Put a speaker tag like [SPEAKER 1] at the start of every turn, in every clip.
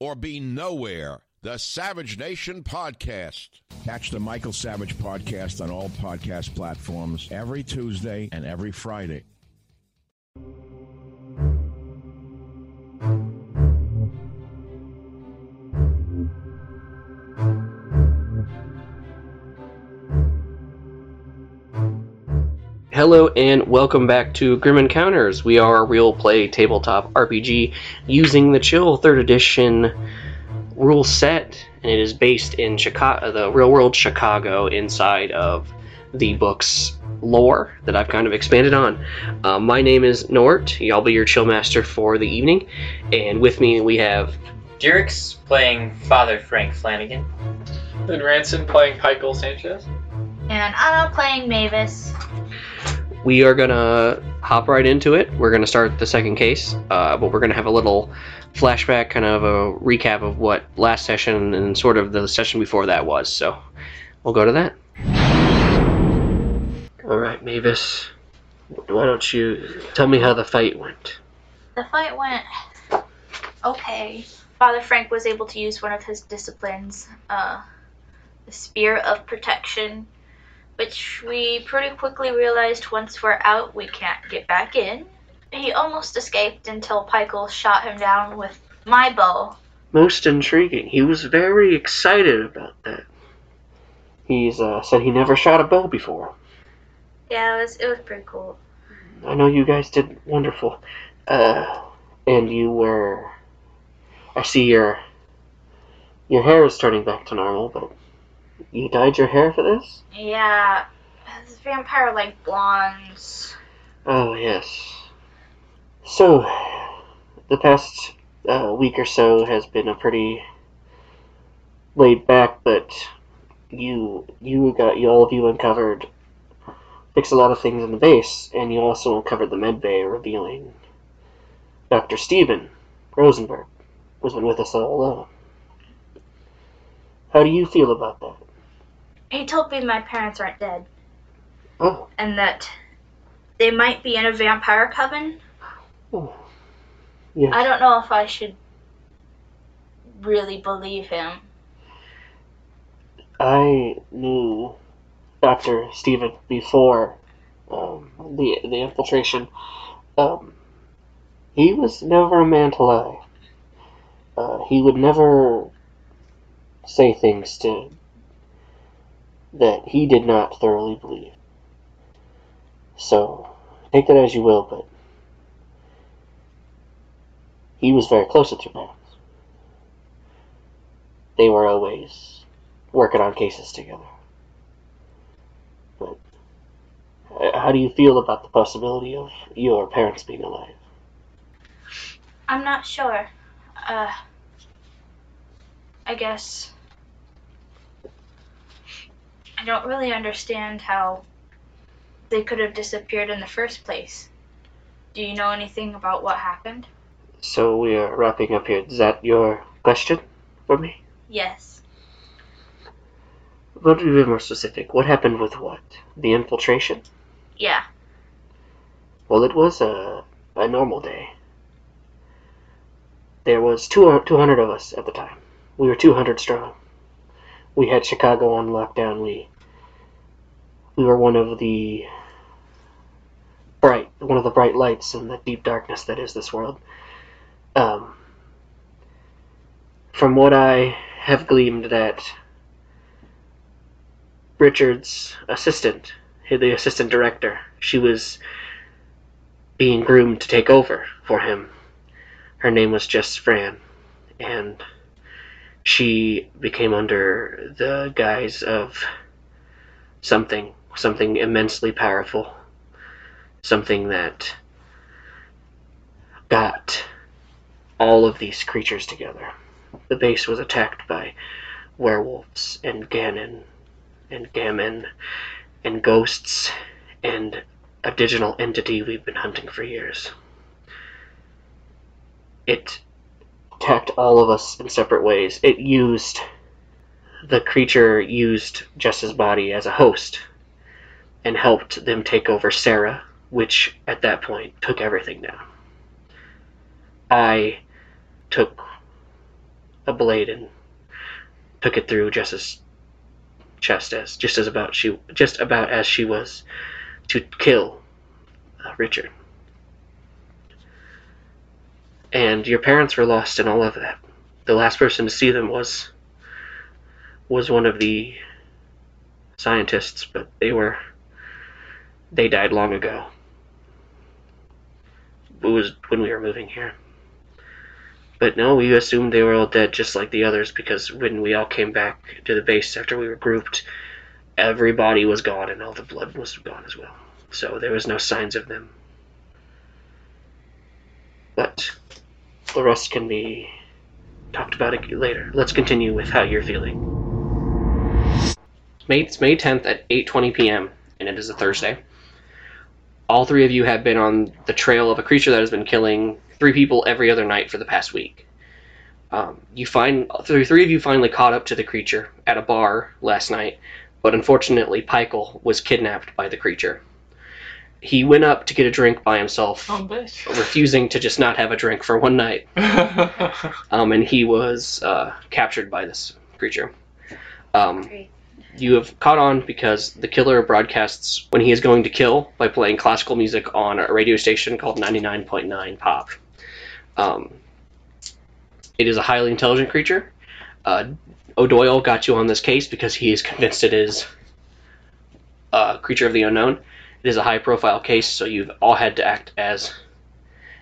[SPEAKER 1] or be nowhere. The Savage Nation Podcast. Catch the Michael Savage Podcast on all podcast platforms every Tuesday and every Friday.
[SPEAKER 2] Hello and welcome back to Grim Encounters. We are a real play tabletop RPG using the Chill 3rd Edition rule set, and it is based in Chicago, the real world Chicago, inside of the book's lore that I've kind of expanded on. Uh, my name is Nort. I'll be your Chill Master for the evening, and with me we have
[SPEAKER 3] Derek's playing Father Frank Flanagan.
[SPEAKER 4] And Ranson playing Michael Sanchez.
[SPEAKER 5] And Anna playing Mavis.
[SPEAKER 2] we are gonna hop right into it. We're gonna start the second case, uh, but we're gonna have a little flashback, kind of a recap of what last session and sort of the session before that was. So we'll go to that. All right, Mavis, why don't you tell me how the fight went?
[SPEAKER 5] The fight went okay. Father Frank was able to use one of his disciplines, uh, the Spear of Protection, which we pretty quickly realized once we're out, we can't get back in. He almost escaped until Pykel shot him down with my bow.
[SPEAKER 2] Most intriguing. He was very excited about that. He's uh, said he never shot a bow before.
[SPEAKER 5] Yeah, it was, it was pretty cool.
[SPEAKER 2] I know you guys did wonderful. Uh, and you were. I see your. Your hair is turning back to normal, but you dyed your hair for this?
[SPEAKER 5] Yeah, his vampire like blondes.
[SPEAKER 2] Oh, yes. So, the past uh, week or so has been a pretty laid back, but you you got you all of you uncovered fixed a lot of things in the base, and you also uncovered the med bay, revealing Doctor Steven Rosenberg was with us all along. How do you feel about that?
[SPEAKER 5] He told me my parents aren't dead.
[SPEAKER 2] Oh,
[SPEAKER 5] and that they might be in a vampire coven.
[SPEAKER 2] oh. yeah.
[SPEAKER 5] I don't know if I should really believe him.
[SPEAKER 2] I knew Doctor Steven before um, the the infiltration. Um, he was never a man to lie. Uh, he would never say things to that he did not thoroughly believe. So take that as you will, but he was very close with your parents. They were always working on cases together. But uh, how do you feel about the possibility of your parents being alive?
[SPEAKER 5] I'm not sure. Uh, I guess I don't really understand how they could have disappeared in the first place. Do you know anything about what happened?
[SPEAKER 2] So we are wrapping up here. Is that your question for me?
[SPEAKER 5] Yes.
[SPEAKER 2] But to be more specific, what happened with what? The infiltration?
[SPEAKER 5] Yeah.
[SPEAKER 2] Well, it was a, a normal day. There was two, 200 of us at the time. We were 200 strong. We had Chicago on lockdown. We we were one of the bright one of the bright lights in the deep darkness that is this world. Um, from what I
[SPEAKER 6] have gleamed that Richard's assistant, the assistant director, she was being groomed to take over for him. Her name was Jess Fran, and she became under the guise of something, something immensely powerful, something that got all of these creatures together. The base was attacked by werewolves and Ganon and gammon and ghosts and a digital entity we've been hunting for years. It attacked all of us in separate ways. It used the creature used Jess's body as a host and helped them take over Sarah, which at that point took everything down. I took a blade and took it through Jess's chest as just as about she just about as she was to kill uh, Richard. And your parents were lost in all of that. The last person to see them was was one of the scientists, but they were they died long ago. It was when we were moving here. But no, we assumed they were all dead just like the others because when we all came back to the base after we were grouped, everybody was gone and all the blood was gone as well. So there was no signs of them. But the rest can be talked about ag- later. Let's continue with how you're feeling. May, it's May 10th at 8:20 p.m. and it is a Thursday. All three of you have been on the trail of a creature that has been killing three people every other night for the past week. Um, you find the three of you finally caught up to the creature at a bar last night, but unfortunately, Pykel was kidnapped by the creature. He went up to get a drink by himself,
[SPEAKER 4] Oh, bitch.
[SPEAKER 6] refusing to just not have a drink for one night um, and he was uh, captured by this creature. Um,
[SPEAKER 5] Great.
[SPEAKER 6] you have caught on because the killer broadcasts when he is going to kill by playing classical music on a radio station called 99.9 Pop. Um, it is a highly intelligent creature. Uh, O'Doyle got you on this case because he is convinced it is a creature of the unknown. It is a high-profile case, so you've all had to act as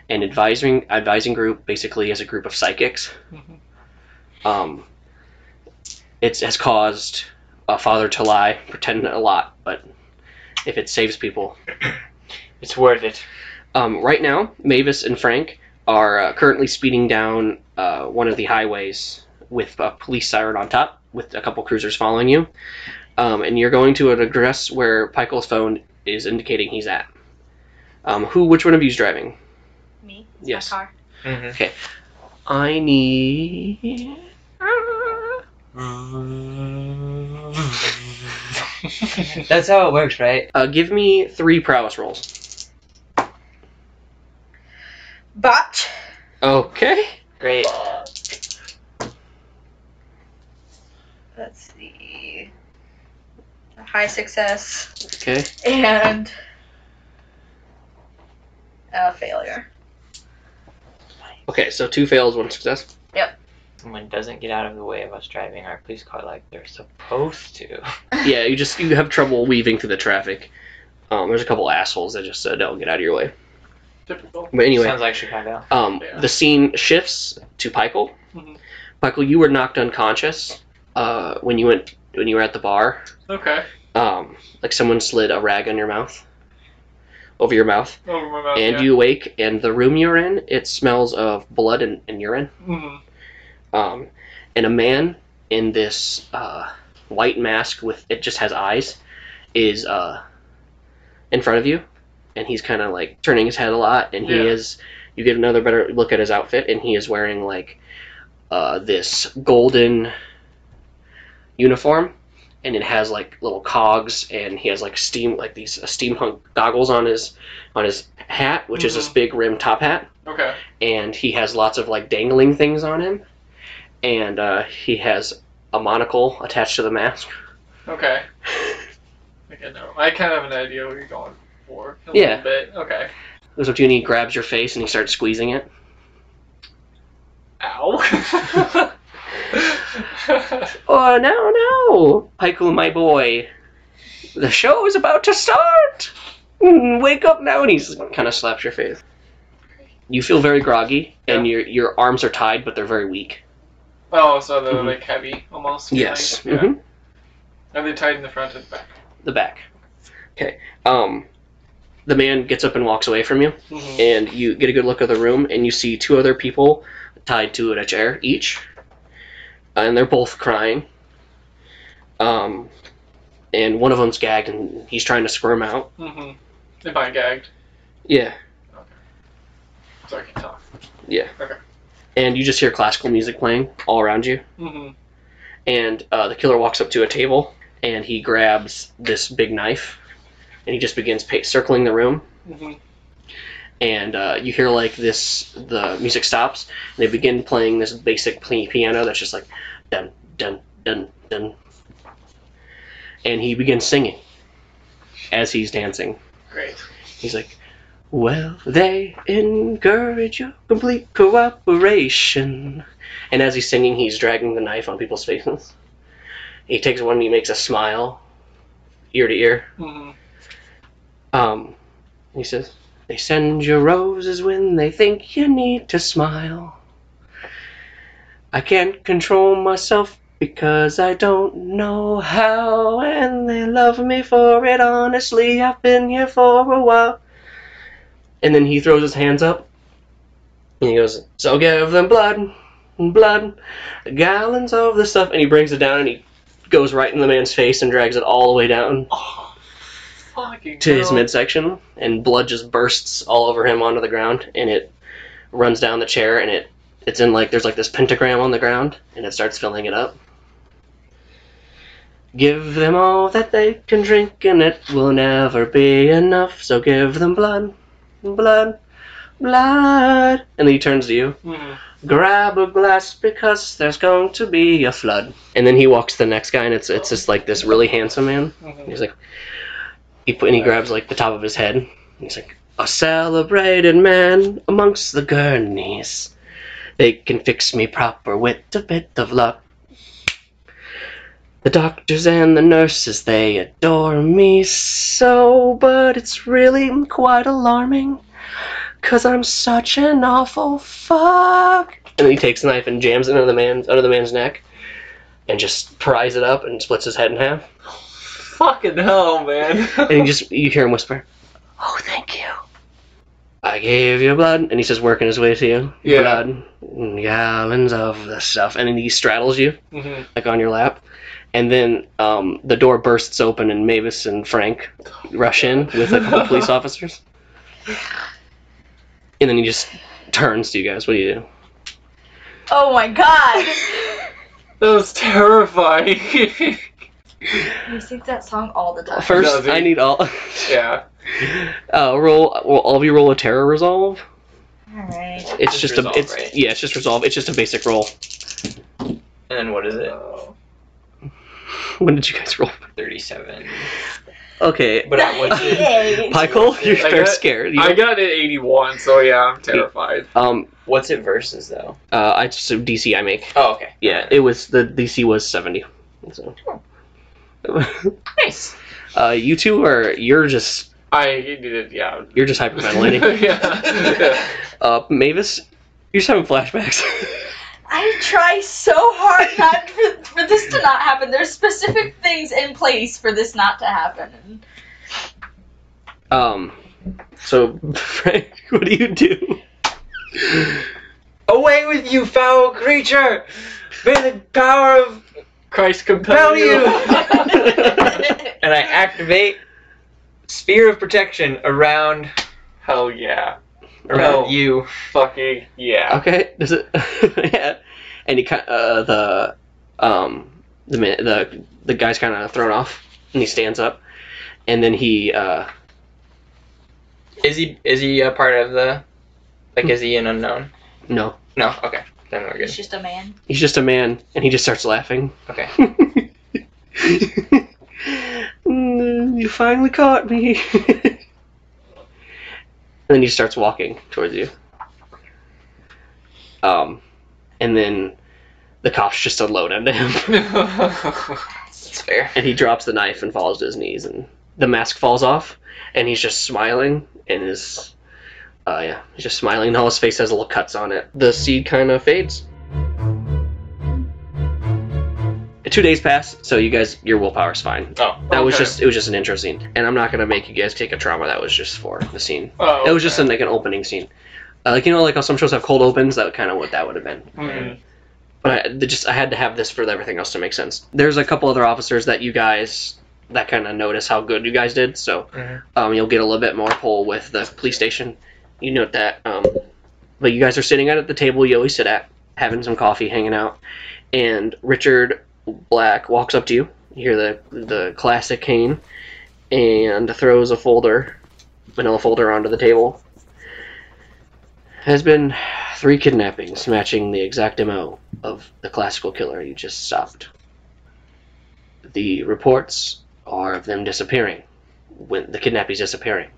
[SPEAKER 6] an advising advising group, basically as a group of psychics.
[SPEAKER 4] Mhm.
[SPEAKER 6] Um, it has caused a father to lie, pretend a lot, but if it saves people,
[SPEAKER 3] It's worth it.
[SPEAKER 6] um, right now, Mavis and Frank are uh, currently speeding down uh, one of the highways with a police siren on top, with a couple cruisers following you. Um, and you're going to an address where Pykel's phone is indicating he's at. Um, who? Which one of you is driving?
[SPEAKER 5] Me? It's
[SPEAKER 6] Yes.
[SPEAKER 5] My car.
[SPEAKER 3] hmm
[SPEAKER 6] I need.
[SPEAKER 3] That's how it works, right?
[SPEAKER 6] Uh, give me three prowess rolls.
[SPEAKER 5] Botch.
[SPEAKER 6] Okay.
[SPEAKER 3] Great.
[SPEAKER 5] Let's see. A high success
[SPEAKER 6] Okay.
[SPEAKER 5] and a Oh, failure.
[SPEAKER 6] Okay. So two fails, one success.
[SPEAKER 3] Someone doesn't get out of the way of us driving our police car like they're supposed to.
[SPEAKER 6] yeah, you just you have trouble weaving through the traffic. Um, there's a couple assholes that just uh, don't get out of your way.
[SPEAKER 4] Typical.
[SPEAKER 6] But anyway,
[SPEAKER 3] Sounds like Chicago.
[SPEAKER 6] um,
[SPEAKER 4] Yeah.
[SPEAKER 6] the scene shifts to Pykel.
[SPEAKER 4] Mhm.
[SPEAKER 6] Pykel, you were knocked unconscious uh, when you went when you were at the bar.
[SPEAKER 4] Okay.
[SPEAKER 6] Um, like someone slid a rag on your mouth, over your mouth,
[SPEAKER 4] Over my mouth.
[SPEAKER 6] and
[SPEAKER 4] yeah.
[SPEAKER 6] you awake. And the room you're in, it smells of blood and, and urine.
[SPEAKER 4] Mhm.
[SPEAKER 6] Um, and a man in this uh, white mask with it just has eyes is uh, in front of you, and he's kind of like turning his head a lot, and he
[SPEAKER 4] Yeah.
[SPEAKER 6] is. You get another better look at his outfit, and he is wearing like uh, this golden uniform, and it has like little cogs, and he has like steam like these uh, steampunk goggles on his on his hat, which is this
[SPEAKER 4] Mhm.
[SPEAKER 6] big rim top hat
[SPEAKER 4] Okay.
[SPEAKER 6] and he has lots of like dangling things on him, and uh, he has a monocle attached to the mask.
[SPEAKER 4] Okay. Okay, no. I kind of have an idea what you're going for. A
[SPEAKER 6] Yeah.
[SPEAKER 4] little bit. Okay.
[SPEAKER 6] Goes up to you and he grabs your face and he starts squeezing it.
[SPEAKER 4] Ow.
[SPEAKER 6] Oh, no, no! Pikel, my boy. The show is about to start! Mm, Wake up now! And he's kind of slaps your face. You feel very groggy, and your your arms are tied, but they're very weak.
[SPEAKER 4] oh, so they're
[SPEAKER 6] Mhm.
[SPEAKER 4] like heavy almost.
[SPEAKER 6] Yes.
[SPEAKER 4] feeling. Yeah.
[SPEAKER 6] hmm
[SPEAKER 4] And they're tied in the front and the back.
[SPEAKER 6] The back. Okay. Um, the man gets up and walks away from you,
[SPEAKER 4] Mhm.
[SPEAKER 6] and you get a good look of the room, and you see two other people tied to a chair each, and they're both crying. Um, and one of them's gagged, and he's trying to squirm out.
[SPEAKER 4] Mhm. If I gagged,
[SPEAKER 6] Yeah.
[SPEAKER 4] so I can talk.
[SPEAKER 6] Yeah.
[SPEAKER 4] Okay.
[SPEAKER 6] And you just hear classical music playing all around you.
[SPEAKER 4] Mhm.
[SPEAKER 6] and uh, the killer walks up to a table and he grabs this big knife and he just begins pa- circling the room
[SPEAKER 4] Mhm.
[SPEAKER 6] and uh, you hear like this the music stops and they begin playing this basic pl- piano that's just like dun dun dun dun and he begins singing as he's dancing
[SPEAKER 4] Great.
[SPEAKER 6] he's like well they encourage your complete cooperation and as he's singing he's dragging the knife on people's faces he takes one and he makes a smile ear to ear
[SPEAKER 4] Mhm.
[SPEAKER 6] um, he says, They send you roses when they think you need to smile. I can't control myself because I don't know how, and they love me for it. Honestly, I've been here for a while. And then he throws his hands up and he goes, So give them blood, blood, gallons of the stuff. And he brings it down and he goes right in the man's face and drags it all the way down
[SPEAKER 4] Oh, fucking.
[SPEAKER 6] to his
[SPEAKER 4] hell.
[SPEAKER 6] midsection, and blood just bursts all over him onto the ground, and it runs down the chair, and it it's in like there's like this pentagram on the ground, and it starts filling it up. Give them all that they can drink, and it will never be enough. So give them blood, blood, blood. And then he turns to you.
[SPEAKER 4] Mhm.
[SPEAKER 6] Grab a glass because there's going to be a flood. And then he walks to the next guy, and it's it's just like this really handsome man.
[SPEAKER 4] Mhm.
[SPEAKER 6] He's like, he put, and he grabs like the top of his head. and He's like, a celebrated man amongst the gurneys. They can fix me proper with a bit of luck. The doctors and the nurses, they adore me so, but it's really quite alarming. Cause I'm such an awful fuck. And then he takes the knife and jams it under the man's under the man's neck, and just pries it up and splits his head in half
[SPEAKER 4] Fucking hell, man.
[SPEAKER 6] and you just you hear him whisper, "Oh, thank you." I gave you blood, and he says, working his way to you.
[SPEAKER 4] Yeah.
[SPEAKER 6] Blood, and gallons of the stuff, and then he straddles you
[SPEAKER 4] Mhm.
[SPEAKER 6] like on your lap, and then um, the door bursts open, and Mavis and Frank rush in with a couple police officers, and then he just turns to you guys. What do you do?
[SPEAKER 5] Oh my god!
[SPEAKER 4] That was terrifying.
[SPEAKER 5] He sings that song all the time.
[SPEAKER 6] First,
[SPEAKER 4] Does he?
[SPEAKER 6] I need all.
[SPEAKER 4] yeah.
[SPEAKER 6] uh, roll. Well, all of you roll a terror resolve.
[SPEAKER 5] Alright.
[SPEAKER 6] It's
[SPEAKER 3] It's
[SPEAKER 6] just
[SPEAKER 3] resolve,
[SPEAKER 6] a. It's
[SPEAKER 3] right?
[SPEAKER 6] yeah. It's just resolve. It's just a basic roll.
[SPEAKER 3] And then what is it?
[SPEAKER 4] Oh.
[SPEAKER 6] When did you guys roll?
[SPEAKER 3] 37.
[SPEAKER 6] Okay,
[SPEAKER 3] But uh, I what's it?
[SPEAKER 6] Michael, you're
[SPEAKER 4] I
[SPEAKER 6] very
[SPEAKER 4] got-
[SPEAKER 6] scared. You
[SPEAKER 4] I
[SPEAKER 6] don't-
[SPEAKER 4] got an 81, so yeah, I'm terrified.
[SPEAKER 6] um,
[SPEAKER 3] What's it versus though?
[SPEAKER 6] uh, I so DC I make.
[SPEAKER 3] Oh, okay.
[SPEAKER 6] Yeah, it was the DC was seventy. So.
[SPEAKER 3] Nice.
[SPEAKER 6] uh, you two are you're just
[SPEAKER 4] I needed, yeah.
[SPEAKER 6] you're just hyperventilating.
[SPEAKER 4] yeah.
[SPEAKER 6] uh, Mavis, you're just having flashbacks.
[SPEAKER 5] I try so hard not for, for this to not happen. There's specific things in place for this not to happen.
[SPEAKER 6] um, so Frank, what do you do?
[SPEAKER 3] Away with you, foul creature! May the power of
[SPEAKER 4] Christ compel
[SPEAKER 3] Compel
[SPEAKER 4] you.
[SPEAKER 3] and I activate sphere of protection around
[SPEAKER 4] Hell yeah.
[SPEAKER 3] around
[SPEAKER 6] Uh,
[SPEAKER 4] Oh.
[SPEAKER 3] you.
[SPEAKER 4] Fucking yeah.
[SPEAKER 6] Okay, does it? yeah, and he kind uh, the um the man- the the guy's kind of thrown off, and he stands up, and then he uh
[SPEAKER 3] Is he is he a part of the like is he an unknown?
[SPEAKER 6] no,
[SPEAKER 3] No, okay. Then we're
[SPEAKER 5] He's
[SPEAKER 3] good.
[SPEAKER 5] just a man.
[SPEAKER 6] he's just a man, and he just starts laughing.
[SPEAKER 3] Okay.
[SPEAKER 6] Mm, you finally caught me. and then he starts walking towards you. Um, and then The cops just unload into him,
[SPEAKER 3] That's fair.
[SPEAKER 6] and he drops the knife and falls to his knees, and the mask falls off, and he's just smiling, and his, uh, yeah, he's just smiling, and all his face has little cuts on it. The seed kind of fades. Two days pass, so you guys, your willpower's fine.
[SPEAKER 3] Oh,
[SPEAKER 6] That was
[SPEAKER 4] Okay.
[SPEAKER 6] just it was just an intro scene, and I'm not gonna make you guys take a trauma. That was just for the scene.
[SPEAKER 4] Oh,
[SPEAKER 6] It was just an,
[SPEAKER 4] okay.
[SPEAKER 6] like an opening scene, uh, like you know, like how some shows have cold opens. That kind of what that would have been.
[SPEAKER 4] Mhm.
[SPEAKER 6] But I they just I had to have this for everything else to make sense. There's a couple other officers that you guys that kind of notice how good you guys did, so
[SPEAKER 4] Mm-hmm.
[SPEAKER 3] Mhm.
[SPEAKER 6] um, you'll get a little bit more pull with the police station. You note that, um, but you guys are sitting out at the table you always sit at, having some coffee, hanging out, and Richard Black walks up to you. You hear the the classic cane, and throws a folder, manila folder, onto the table. Has been three kidnappings, matching the exact MO of the classical killer you just stopped. The reports are of them disappearing, when the kidnappees disappearing.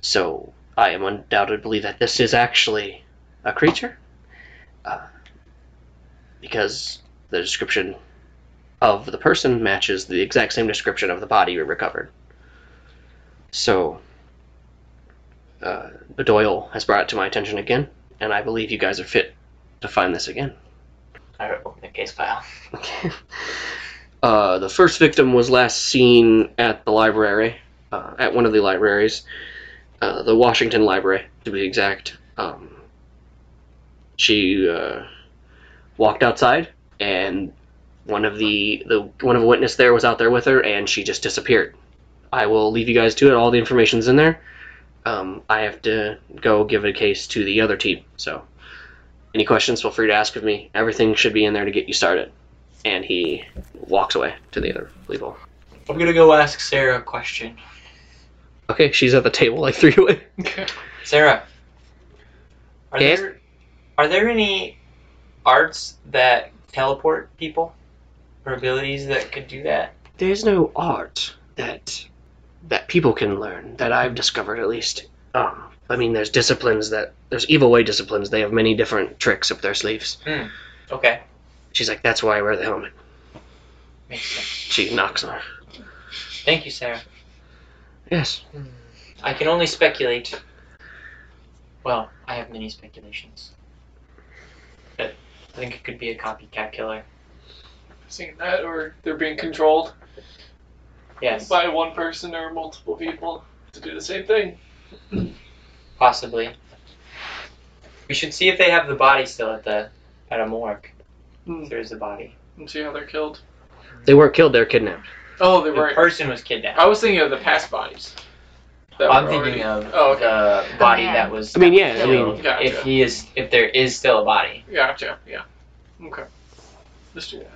[SPEAKER 6] So I am undoubtedly that this is actually a creature, uh, because the description of the person matches the exact same description of the body we recovered. So, uh, Doyle has brought it to my attention again, and I believe you guys are fit to find this again.
[SPEAKER 3] I open the case file.
[SPEAKER 6] Uh, the first victim was last seen at the library, uh, at one of the libraries, uh, the Washington Library, to be exact. Um, she uh, walked outside, and one of the, the one of a witness there was out there with her, and she just disappeared. I will leave you guys to it. All the information's in there. Um, I have to go give a case to the other team. So, any questions? Feel free to ask of me. Everything should be in there to get you started and he walks away to the other people.
[SPEAKER 3] I'm gonna go ask Sarah a question.
[SPEAKER 6] Okay, she's at the table like three away.
[SPEAKER 3] Sarah, are
[SPEAKER 6] Yes?
[SPEAKER 3] there are there any arts that teleport people or abilities that could do that?
[SPEAKER 6] There's no art that that people can learn that I've discovered at least. Um, I mean, there's disciplines that there's evil way disciplines. They have many different tricks up their sleeves.
[SPEAKER 3] Okay,
[SPEAKER 6] She's like, that's why I wear the helmet.
[SPEAKER 3] makes sense.
[SPEAKER 6] She knocks on her.
[SPEAKER 3] Thank you, Sarah.
[SPEAKER 6] Yes.
[SPEAKER 3] I can only speculate. Well, I have many speculations. But I think it could be a copycat killer.
[SPEAKER 4] Seeing that, or they're being controlled
[SPEAKER 3] Yes,
[SPEAKER 4] by one person or multiple people to do the same thing.
[SPEAKER 3] possibly. We should see if they have the body still at the at a morgue.
[SPEAKER 4] Hmm.
[SPEAKER 3] If There's the body.
[SPEAKER 4] And see how they're killed.
[SPEAKER 6] They weren't killed. They're kidnapped.
[SPEAKER 4] Oh, they
[SPEAKER 3] The
[SPEAKER 4] were.
[SPEAKER 3] person was kidnapped.
[SPEAKER 4] I was thinking of the past bodies. that
[SPEAKER 3] I'm
[SPEAKER 4] were
[SPEAKER 3] thinking
[SPEAKER 4] already-
[SPEAKER 3] of
[SPEAKER 4] Oh, okay.
[SPEAKER 3] the body
[SPEAKER 5] man.
[SPEAKER 3] that was.
[SPEAKER 6] I mean, yeah, I
[SPEAKER 3] killed,
[SPEAKER 4] mean- Gotcha.
[SPEAKER 3] if he is, if there is still a body.
[SPEAKER 4] Gotcha. Yeah. Okay. Let's do that.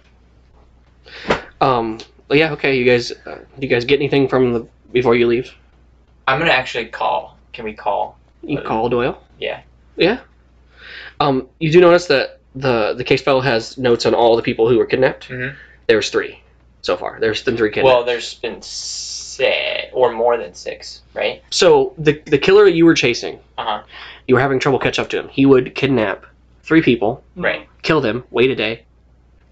[SPEAKER 6] Um. well, yeah. Okay. You guys. Uh, you guys get anything from the before you leave?
[SPEAKER 3] I'm gonna actually call. Can we call?
[SPEAKER 6] You
[SPEAKER 3] Uh,
[SPEAKER 6] call Doyle.
[SPEAKER 3] yeah.
[SPEAKER 6] Yeah. Um, you do notice that the the case file has notes on all the people who were kidnapped.
[SPEAKER 3] Mhm.
[SPEAKER 6] There's three so far. There's been three kidnapped.
[SPEAKER 3] Well, there's been six or more than six, right?
[SPEAKER 6] so the the killer you were chasing,
[SPEAKER 3] Uh huh.
[SPEAKER 6] you were having trouble catch up to him. He would kidnap three people,
[SPEAKER 4] Mm-hmm.
[SPEAKER 3] Right.
[SPEAKER 6] kill them, wait a day,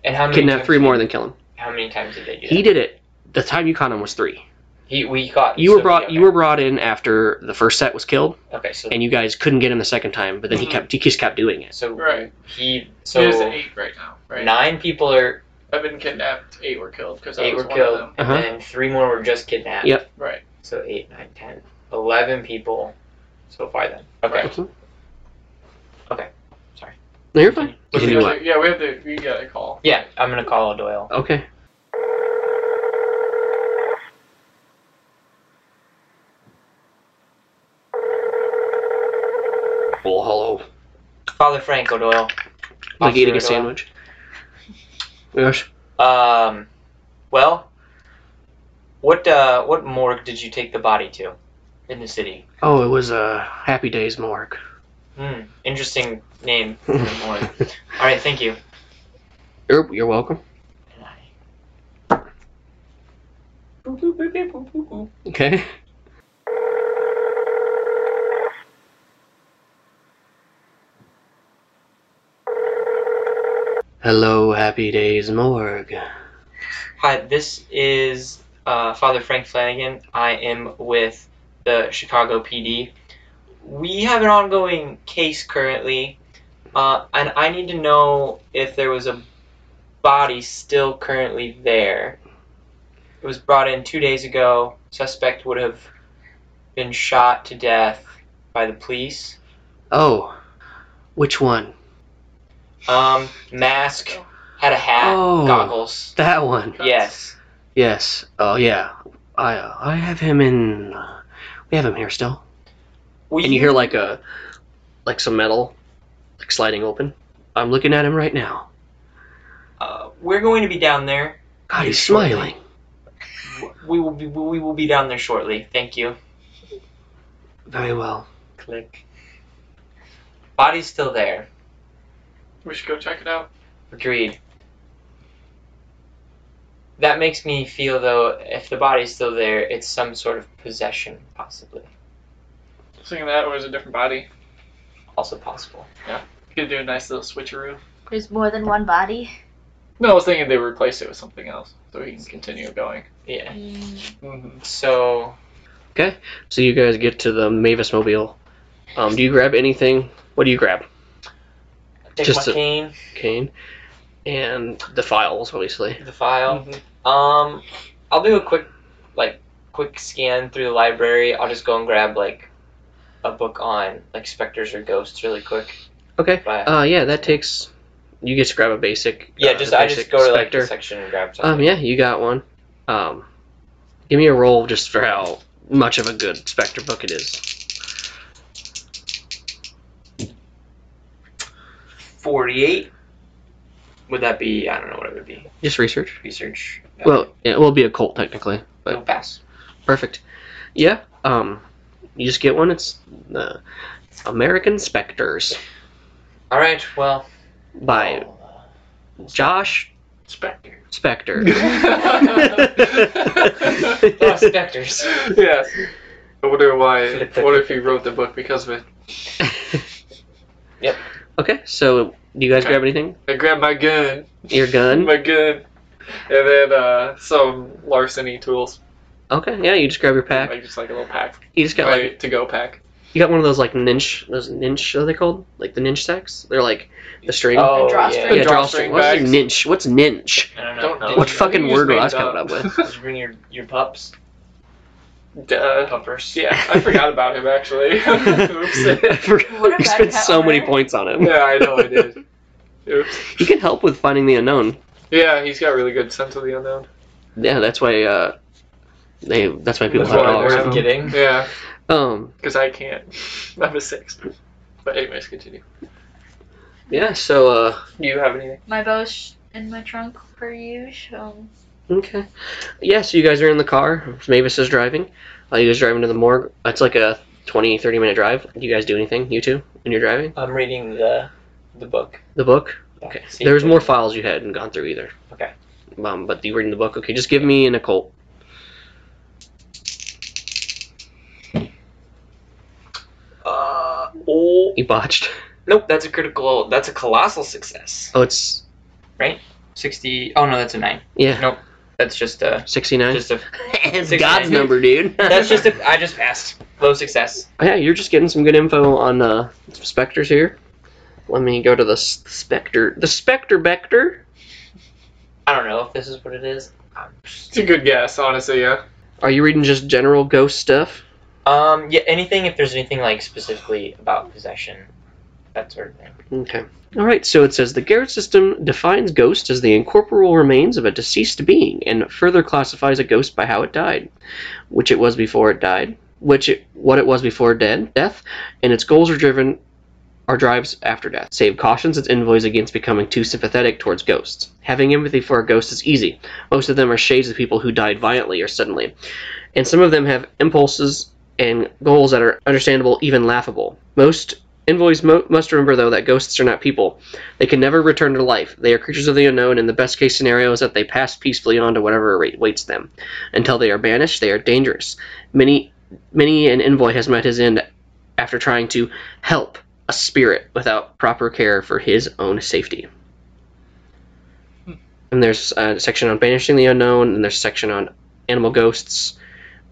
[SPEAKER 3] And how many?
[SPEAKER 6] kidnap
[SPEAKER 3] times
[SPEAKER 6] three
[SPEAKER 3] did-
[SPEAKER 6] more, then kill him.
[SPEAKER 3] How many times did they do
[SPEAKER 6] He
[SPEAKER 3] that?
[SPEAKER 6] did it. The time you caught him was three.
[SPEAKER 3] He, we got.
[SPEAKER 6] You
[SPEAKER 3] so
[SPEAKER 6] were brought.
[SPEAKER 3] okay.
[SPEAKER 6] You were brought in after the first set was killed,
[SPEAKER 3] Okay, so
[SPEAKER 6] and you guys couldn't get him the second time. But then he
[SPEAKER 3] Mm-hmm.
[SPEAKER 4] Mhm.
[SPEAKER 6] kept. He just kept doing it.
[SPEAKER 3] so
[SPEAKER 4] Right.
[SPEAKER 3] he
[SPEAKER 4] So there's
[SPEAKER 3] so
[SPEAKER 4] eight right now. Right.
[SPEAKER 3] nine people are
[SPEAKER 4] I've been kidnapped. Eight were killed because I
[SPEAKER 3] eight
[SPEAKER 4] was
[SPEAKER 3] were
[SPEAKER 4] one
[SPEAKER 3] killed,
[SPEAKER 4] of them.
[SPEAKER 6] Uh-huh.
[SPEAKER 3] and then three more were just kidnapped.
[SPEAKER 6] Yep.
[SPEAKER 4] Right.
[SPEAKER 3] So eight, nine, ten, eleven people so far. Then okay.
[SPEAKER 4] Right.
[SPEAKER 6] Mhm.
[SPEAKER 3] Okay. Sorry.
[SPEAKER 6] No, you're fine.
[SPEAKER 4] But
[SPEAKER 6] You
[SPEAKER 4] we
[SPEAKER 6] do
[SPEAKER 4] have
[SPEAKER 6] what?
[SPEAKER 4] to- yeah, we have to. We gotta call.
[SPEAKER 3] Yeah, I'm gonna call Doyle.
[SPEAKER 6] Okay. Oh, hello.
[SPEAKER 3] Father Frank O'Doyle.
[SPEAKER 6] Like
[SPEAKER 3] Officer
[SPEAKER 6] eating a
[SPEAKER 3] O'Doyle.
[SPEAKER 6] sandwich. Yes.
[SPEAKER 3] Um, well, what uh, what morgue did you take the body to in the city?
[SPEAKER 6] Oh, it was a Happy Days morgue.
[SPEAKER 3] Hmm, interesting name. for a morgue. All right, thank you.
[SPEAKER 6] You're, you're welcome.
[SPEAKER 3] And I-
[SPEAKER 6] Okay. Hello, happy days, morgue.
[SPEAKER 3] Hi, this is uh, Father Frank Flanagan. I am with the Chicago PD. We have an ongoing case currently, uh, and I need to know if there was a body still currently there. It was brought in two days ago. Suspect would have been shot to death by the police.
[SPEAKER 6] Oh, which one?
[SPEAKER 3] Um, mask, had a hat,
[SPEAKER 6] Oh.
[SPEAKER 3] goggles.
[SPEAKER 6] That one.
[SPEAKER 3] Yes.
[SPEAKER 6] Yes. Oh, yeah. I uh, I have him in. uh, We have him here still.
[SPEAKER 3] We,
[SPEAKER 6] And you hear like a, like some metal, like sliding open. I'm looking at him right now.
[SPEAKER 3] uh, we're going to be down there.
[SPEAKER 6] God, he's
[SPEAKER 3] Shortly.
[SPEAKER 6] smiling.
[SPEAKER 3] We will be we will be down there shortly. Thank you.
[SPEAKER 6] Very well.
[SPEAKER 3] Click. Body's still there.
[SPEAKER 4] We should go check it out.
[SPEAKER 3] Agreed. That makes me feel though, if the body's still there, it's some sort of possession, possibly.
[SPEAKER 4] Singing that, or is it a different body?
[SPEAKER 3] Also possible.
[SPEAKER 4] You could do a nice little switcheroo.
[SPEAKER 5] There's more than one body.
[SPEAKER 4] No, I was thinking they replace it with something else, so we can continue going.
[SPEAKER 3] Yeah.
[SPEAKER 4] Mm-hmm.
[SPEAKER 3] So
[SPEAKER 6] So you guys get to the Mavis Mobile. Um, do you grab anything? What do you grab?
[SPEAKER 3] take
[SPEAKER 6] Just
[SPEAKER 3] my
[SPEAKER 6] a-
[SPEAKER 3] cane,
[SPEAKER 6] Kane, and the files, obviously.
[SPEAKER 3] the file. Um, I'll do a quick, like, quick scan through the library. I'll just go and grab like a book on like specters or ghosts really quick.
[SPEAKER 6] Okay.
[SPEAKER 3] Right.
[SPEAKER 6] Uh, yeah, that takes. You get to grab a basic.
[SPEAKER 3] Yeah,
[SPEAKER 6] uh,
[SPEAKER 3] just
[SPEAKER 6] the
[SPEAKER 3] I just
[SPEAKER 6] basic
[SPEAKER 3] go to like
[SPEAKER 6] Spectre.
[SPEAKER 3] the section and grab something.
[SPEAKER 6] Um, yeah, you got one. Um, give me a roll just for how much of a good Spectre book it is.
[SPEAKER 3] 48 would that be i don't know what it would be
[SPEAKER 6] Just research.
[SPEAKER 3] research Yeah.
[SPEAKER 6] Well, it will be a cult technically.
[SPEAKER 3] It'll pass
[SPEAKER 6] Perfect. Yeah. Um, you just get one. It's the American Specters
[SPEAKER 3] all right well
[SPEAKER 6] by Josh
[SPEAKER 4] Spectre.
[SPEAKER 6] Spector.
[SPEAKER 3] oh, specters
[SPEAKER 4] yes. I wonder why.
[SPEAKER 3] Flip the-
[SPEAKER 4] What if he wrote the book because of it?
[SPEAKER 6] okay, so do you guys
[SPEAKER 4] Okay.
[SPEAKER 6] grab anything?
[SPEAKER 4] I grabbed my gun.
[SPEAKER 6] Your gun?
[SPEAKER 4] Oh My gun. And then uh, some larceny tools.
[SPEAKER 6] Okay, yeah, you just grab your pack.
[SPEAKER 4] Like just like a little pack.
[SPEAKER 6] You just got
[SPEAKER 4] my
[SPEAKER 6] like
[SPEAKER 4] to go pack.
[SPEAKER 6] you got one of those like ninch those ninch are they called? Like the ninch sacks? They're like the string.
[SPEAKER 3] oh
[SPEAKER 5] drawstring.
[SPEAKER 3] yeah
[SPEAKER 6] yeah,
[SPEAKER 4] the
[SPEAKER 6] drawstring.
[SPEAKER 4] drawstring
[SPEAKER 6] What's
[SPEAKER 4] bags.
[SPEAKER 6] ninch? What's ninch?
[SPEAKER 3] I don't know.
[SPEAKER 4] Don't
[SPEAKER 3] No,
[SPEAKER 6] What
[SPEAKER 4] I think
[SPEAKER 6] fucking
[SPEAKER 4] you just
[SPEAKER 6] word
[SPEAKER 4] made
[SPEAKER 6] was
[SPEAKER 4] it
[SPEAKER 6] coming up with?
[SPEAKER 3] just bring your your pups
[SPEAKER 4] Duh.
[SPEAKER 3] puppers
[SPEAKER 4] Yeah, I forgot about him actually. Oops.
[SPEAKER 6] I forgot-
[SPEAKER 5] a
[SPEAKER 6] you spent
[SPEAKER 5] bad
[SPEAKER 6] so many
[SPEAKER 5] owner.
[SPEAKER 6] points on him.
[SPEAKER 4] yeah, I know I did. Oops.
[SPEAKER 6] You can help with finding the unknown.
[SPEAKER 4] Yeah, he's got really good sense of the unknown.
[SPEAKER 6] Yeah, that's why uh they that's why people
[SPEAKER 4] That's
[SPEAKER 6] have
[SPEAKER 4] why
[SPEAKER 6] dogs.
[SPEAKER 4] they're
[SPEAKER 3] i'm kidding
[SPEAKER 4] Yeah,
[SPEAKER 6] Um
[SPEAKER 4] because I can't. I'm a six. But anyways, continue.
[SPEAKER 6] yeah, so uh
[SPEAKER 4] Do you have anything?
[SPEAKER 5] My bow's in my trunk per usual.
[SPEAKER 6] Okay. Yeah, so you guys are in the car. Mavis is driving. Uh, you guys driving to the morgue. It's like a 20, 30 minute drive. Do you guys do anything, you two, when you're driving?
[SPEAKER 3] i'm reading the the book
[SPEAKER 6] The book? Okay.
[SPEAKER 3] See?
[SPEAKER 6] There's more files you hadn't gone through either.
[SPEAKER 3] Okay.
[SPEAKER 6] Um, but you reading the book? Okay, just give me an occult.
[SPEAKER 3] uh oh
[SPEAKER 6] You botched.
[SPEAKER 3] nope that's a critical that's a colossal success
[SPEAKER 6] Oh, it's.
[SPEAKER 3] 60 oh no that's a nine
[SPEAKER 6] Yeah.
[SPEAKER 3] Nope. that's just a
[SPEAKER 6] 69?
[SPEAKER 3] just a
[SPEAKER 6] it's
[SPEAKER 3] 69.
[SPEAKER 6] God's number, dude.
[SPEAKER 3] that's just a i just passed low success
[SPEAKER 6] yeah, you're just getting some good info on uh, specters here. Let me go to the s- specter. The specter Bector?
[SPEAKER 3] i don't know if this is what it is I'm just-
[SPEAKER 4] It's a good guess, honestly. Yeah.
[SPEAKER 6] Are you reading just general ghost stuff?
[SPEAKER 3] Um, yeah, anything if there's anything like specifically about possession, that sort of thing.
[SPEAKER 6] Okay. All right, so it says the Garrett system defines ghost as the incorporeal remains of a deceased being and further classifies a ghost by how it died, which it was before it died, which it, what it was before dead, death, and its goals are driven are drives after death. Save cautions its envoys against becoming too sympathetic towards ghosts. Having empathy for a ghost is easy. Most of them are shades of people who died violently or suddenly, and some of them have impulses and goals that are understandable, even laughable. Most Envoys mo- must remember, though, that ghosts are not people. They can never return to life. They are creatures of the unknown, and the best case scenario is that they pass peacefully on to whatever await- awaits them. Until they are banished, they are dangerous. Many, many an envoy has met his end after trying to help a spirit without proper care for his own safety. and there's a section on banishing the unknown, and there's a section on animal ghosts,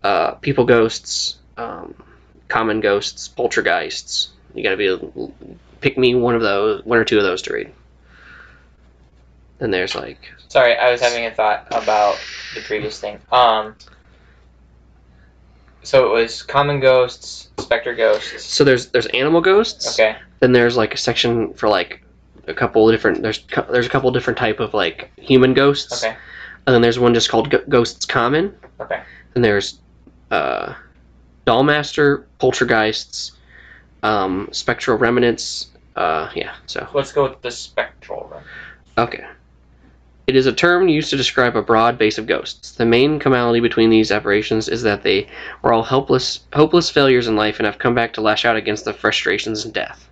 [SPEAKER 6] uh, people ghosts, um, common ghosts, poltergeists. You gotta be pick me one of those, one or two of those to read. Then there's like
[SPEAKER 3] Sorry, I was having a thought about the previous thing. Um, so it was common ghosts, specter ghosts.
[SPEAKER 6] so there's there's animal ghosts.
[SPEAKER 3] Okay.
[SPEAKER 6] Then there's like a section for like a couple of different there's cou- there's a couple of different type of like human ghosts.
[SPEAKER 3] Okay.
[SPEAKER 6] And then there's one just called G- Ghosts Common.
[SPEAKER 3] Okay.
[SPEAKER 6] Then there's uh, Dollmaster, Poltergeists, um, Spectral Remnants. Uh, yeah, so.
[SPEAKER 3] Let's go with the spectral. Then.
[SPEAKER 6] Okay. It is a term used to describe a broad base of ghosts. The main commonality between these aberrations is that they were all helpless, hopeless failures in life and have come back to lash out against the frustrations and death.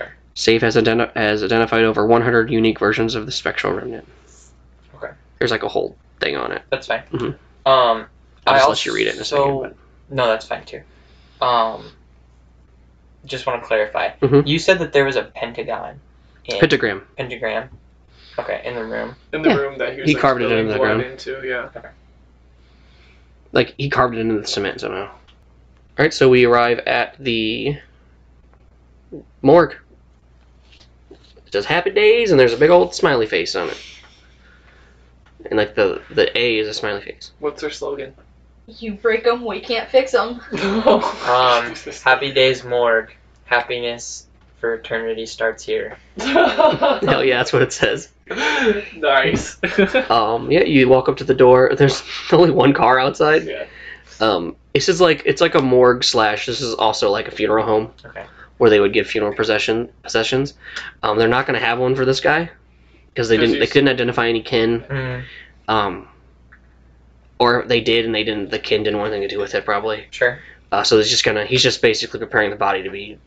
[SPEAKER 3] Okay.
[SPEAKER 6] Safe has, identi- has identified over 100 unique versions of the spectral remnant.
[SPEAKER 3] Okay.
[SPEAKER 6] There's like a whole thing on it.
[SPEAKER 3] That's fine.
[SPEAKER 6] Mhm.
[SPEAKER 3] Um,
[SPEAKER 6] I'll
[SPEAKER 3] I
[SPEAKER 6] just
[SPEAKER 3] also,
[SPEAKER 6] let you read it in a second. But.
[SPEAKER 3] No, that's fine too. Um, just want to clarify.
[SPEAKER 6] Mhm.
[SPEAKER 3] You said that there was a pentagon. In,
[SPEAKER 6] Pentagram.
[SPEAKER 3] pentagram. Okay, in the room.
[SPEAKER 4] In the
[SPEAKER 6] Yeah.
[SPEAKER 4] room that he was
[SPEAKER 6] He
[SPEAKER 4] like,
[SPEAKER 6] carved it
[SPEAKER 4] spilling
[SPEAKER 6] into the
[SPEAKER 4] blood
[SPEAKER 6] ground.
[SPEAKER 4] Into yeah.
[SPEAKER 6] Like he carved it into the cement somehow. All right, so we arrive at the morgue. It says "Happy Days" and there's a big old smiley face on it, and like the the A is a smiley face.
[SPEAKER 4] What's their slogan?
[SPEAKER 5] You break them, we can't fix them.
[SPEAKER 3] Um, Happy days morgue. Happiness for eternity starts here.
[SPEAKER 6] Hell yeah, that's what it says.
[SPEAKER 4] nice.
[SPEAKER 6] Um, yeah, you walk up to the door. There's only one car outside.
[SPEAKER 4] yeah.
[SPEAKER 6] Um, this is like it's like a morgue slash. This is also like a funeral home.
[SPEAKER 3] Okay.
[SPEAKER 6] Where they would give funeral procession possessions. Um, they're not gonna have one for this guy because they
[SPEAKER 4] 'Cause
[SPEAKER 6] didn't. They
[SPEAKER 4] he's-
[SPEAKER 6] couldn't identify any kin.
[SPEAKER 3] Hmm,
[SPEAKER 6] Um, or they did and they didn't. The kin didn't want anything to do with it probably.
[SPEAKER 3] sure.
[SPEAKER 6] Uh, so he's just gonna. He's just basically preparing the body to be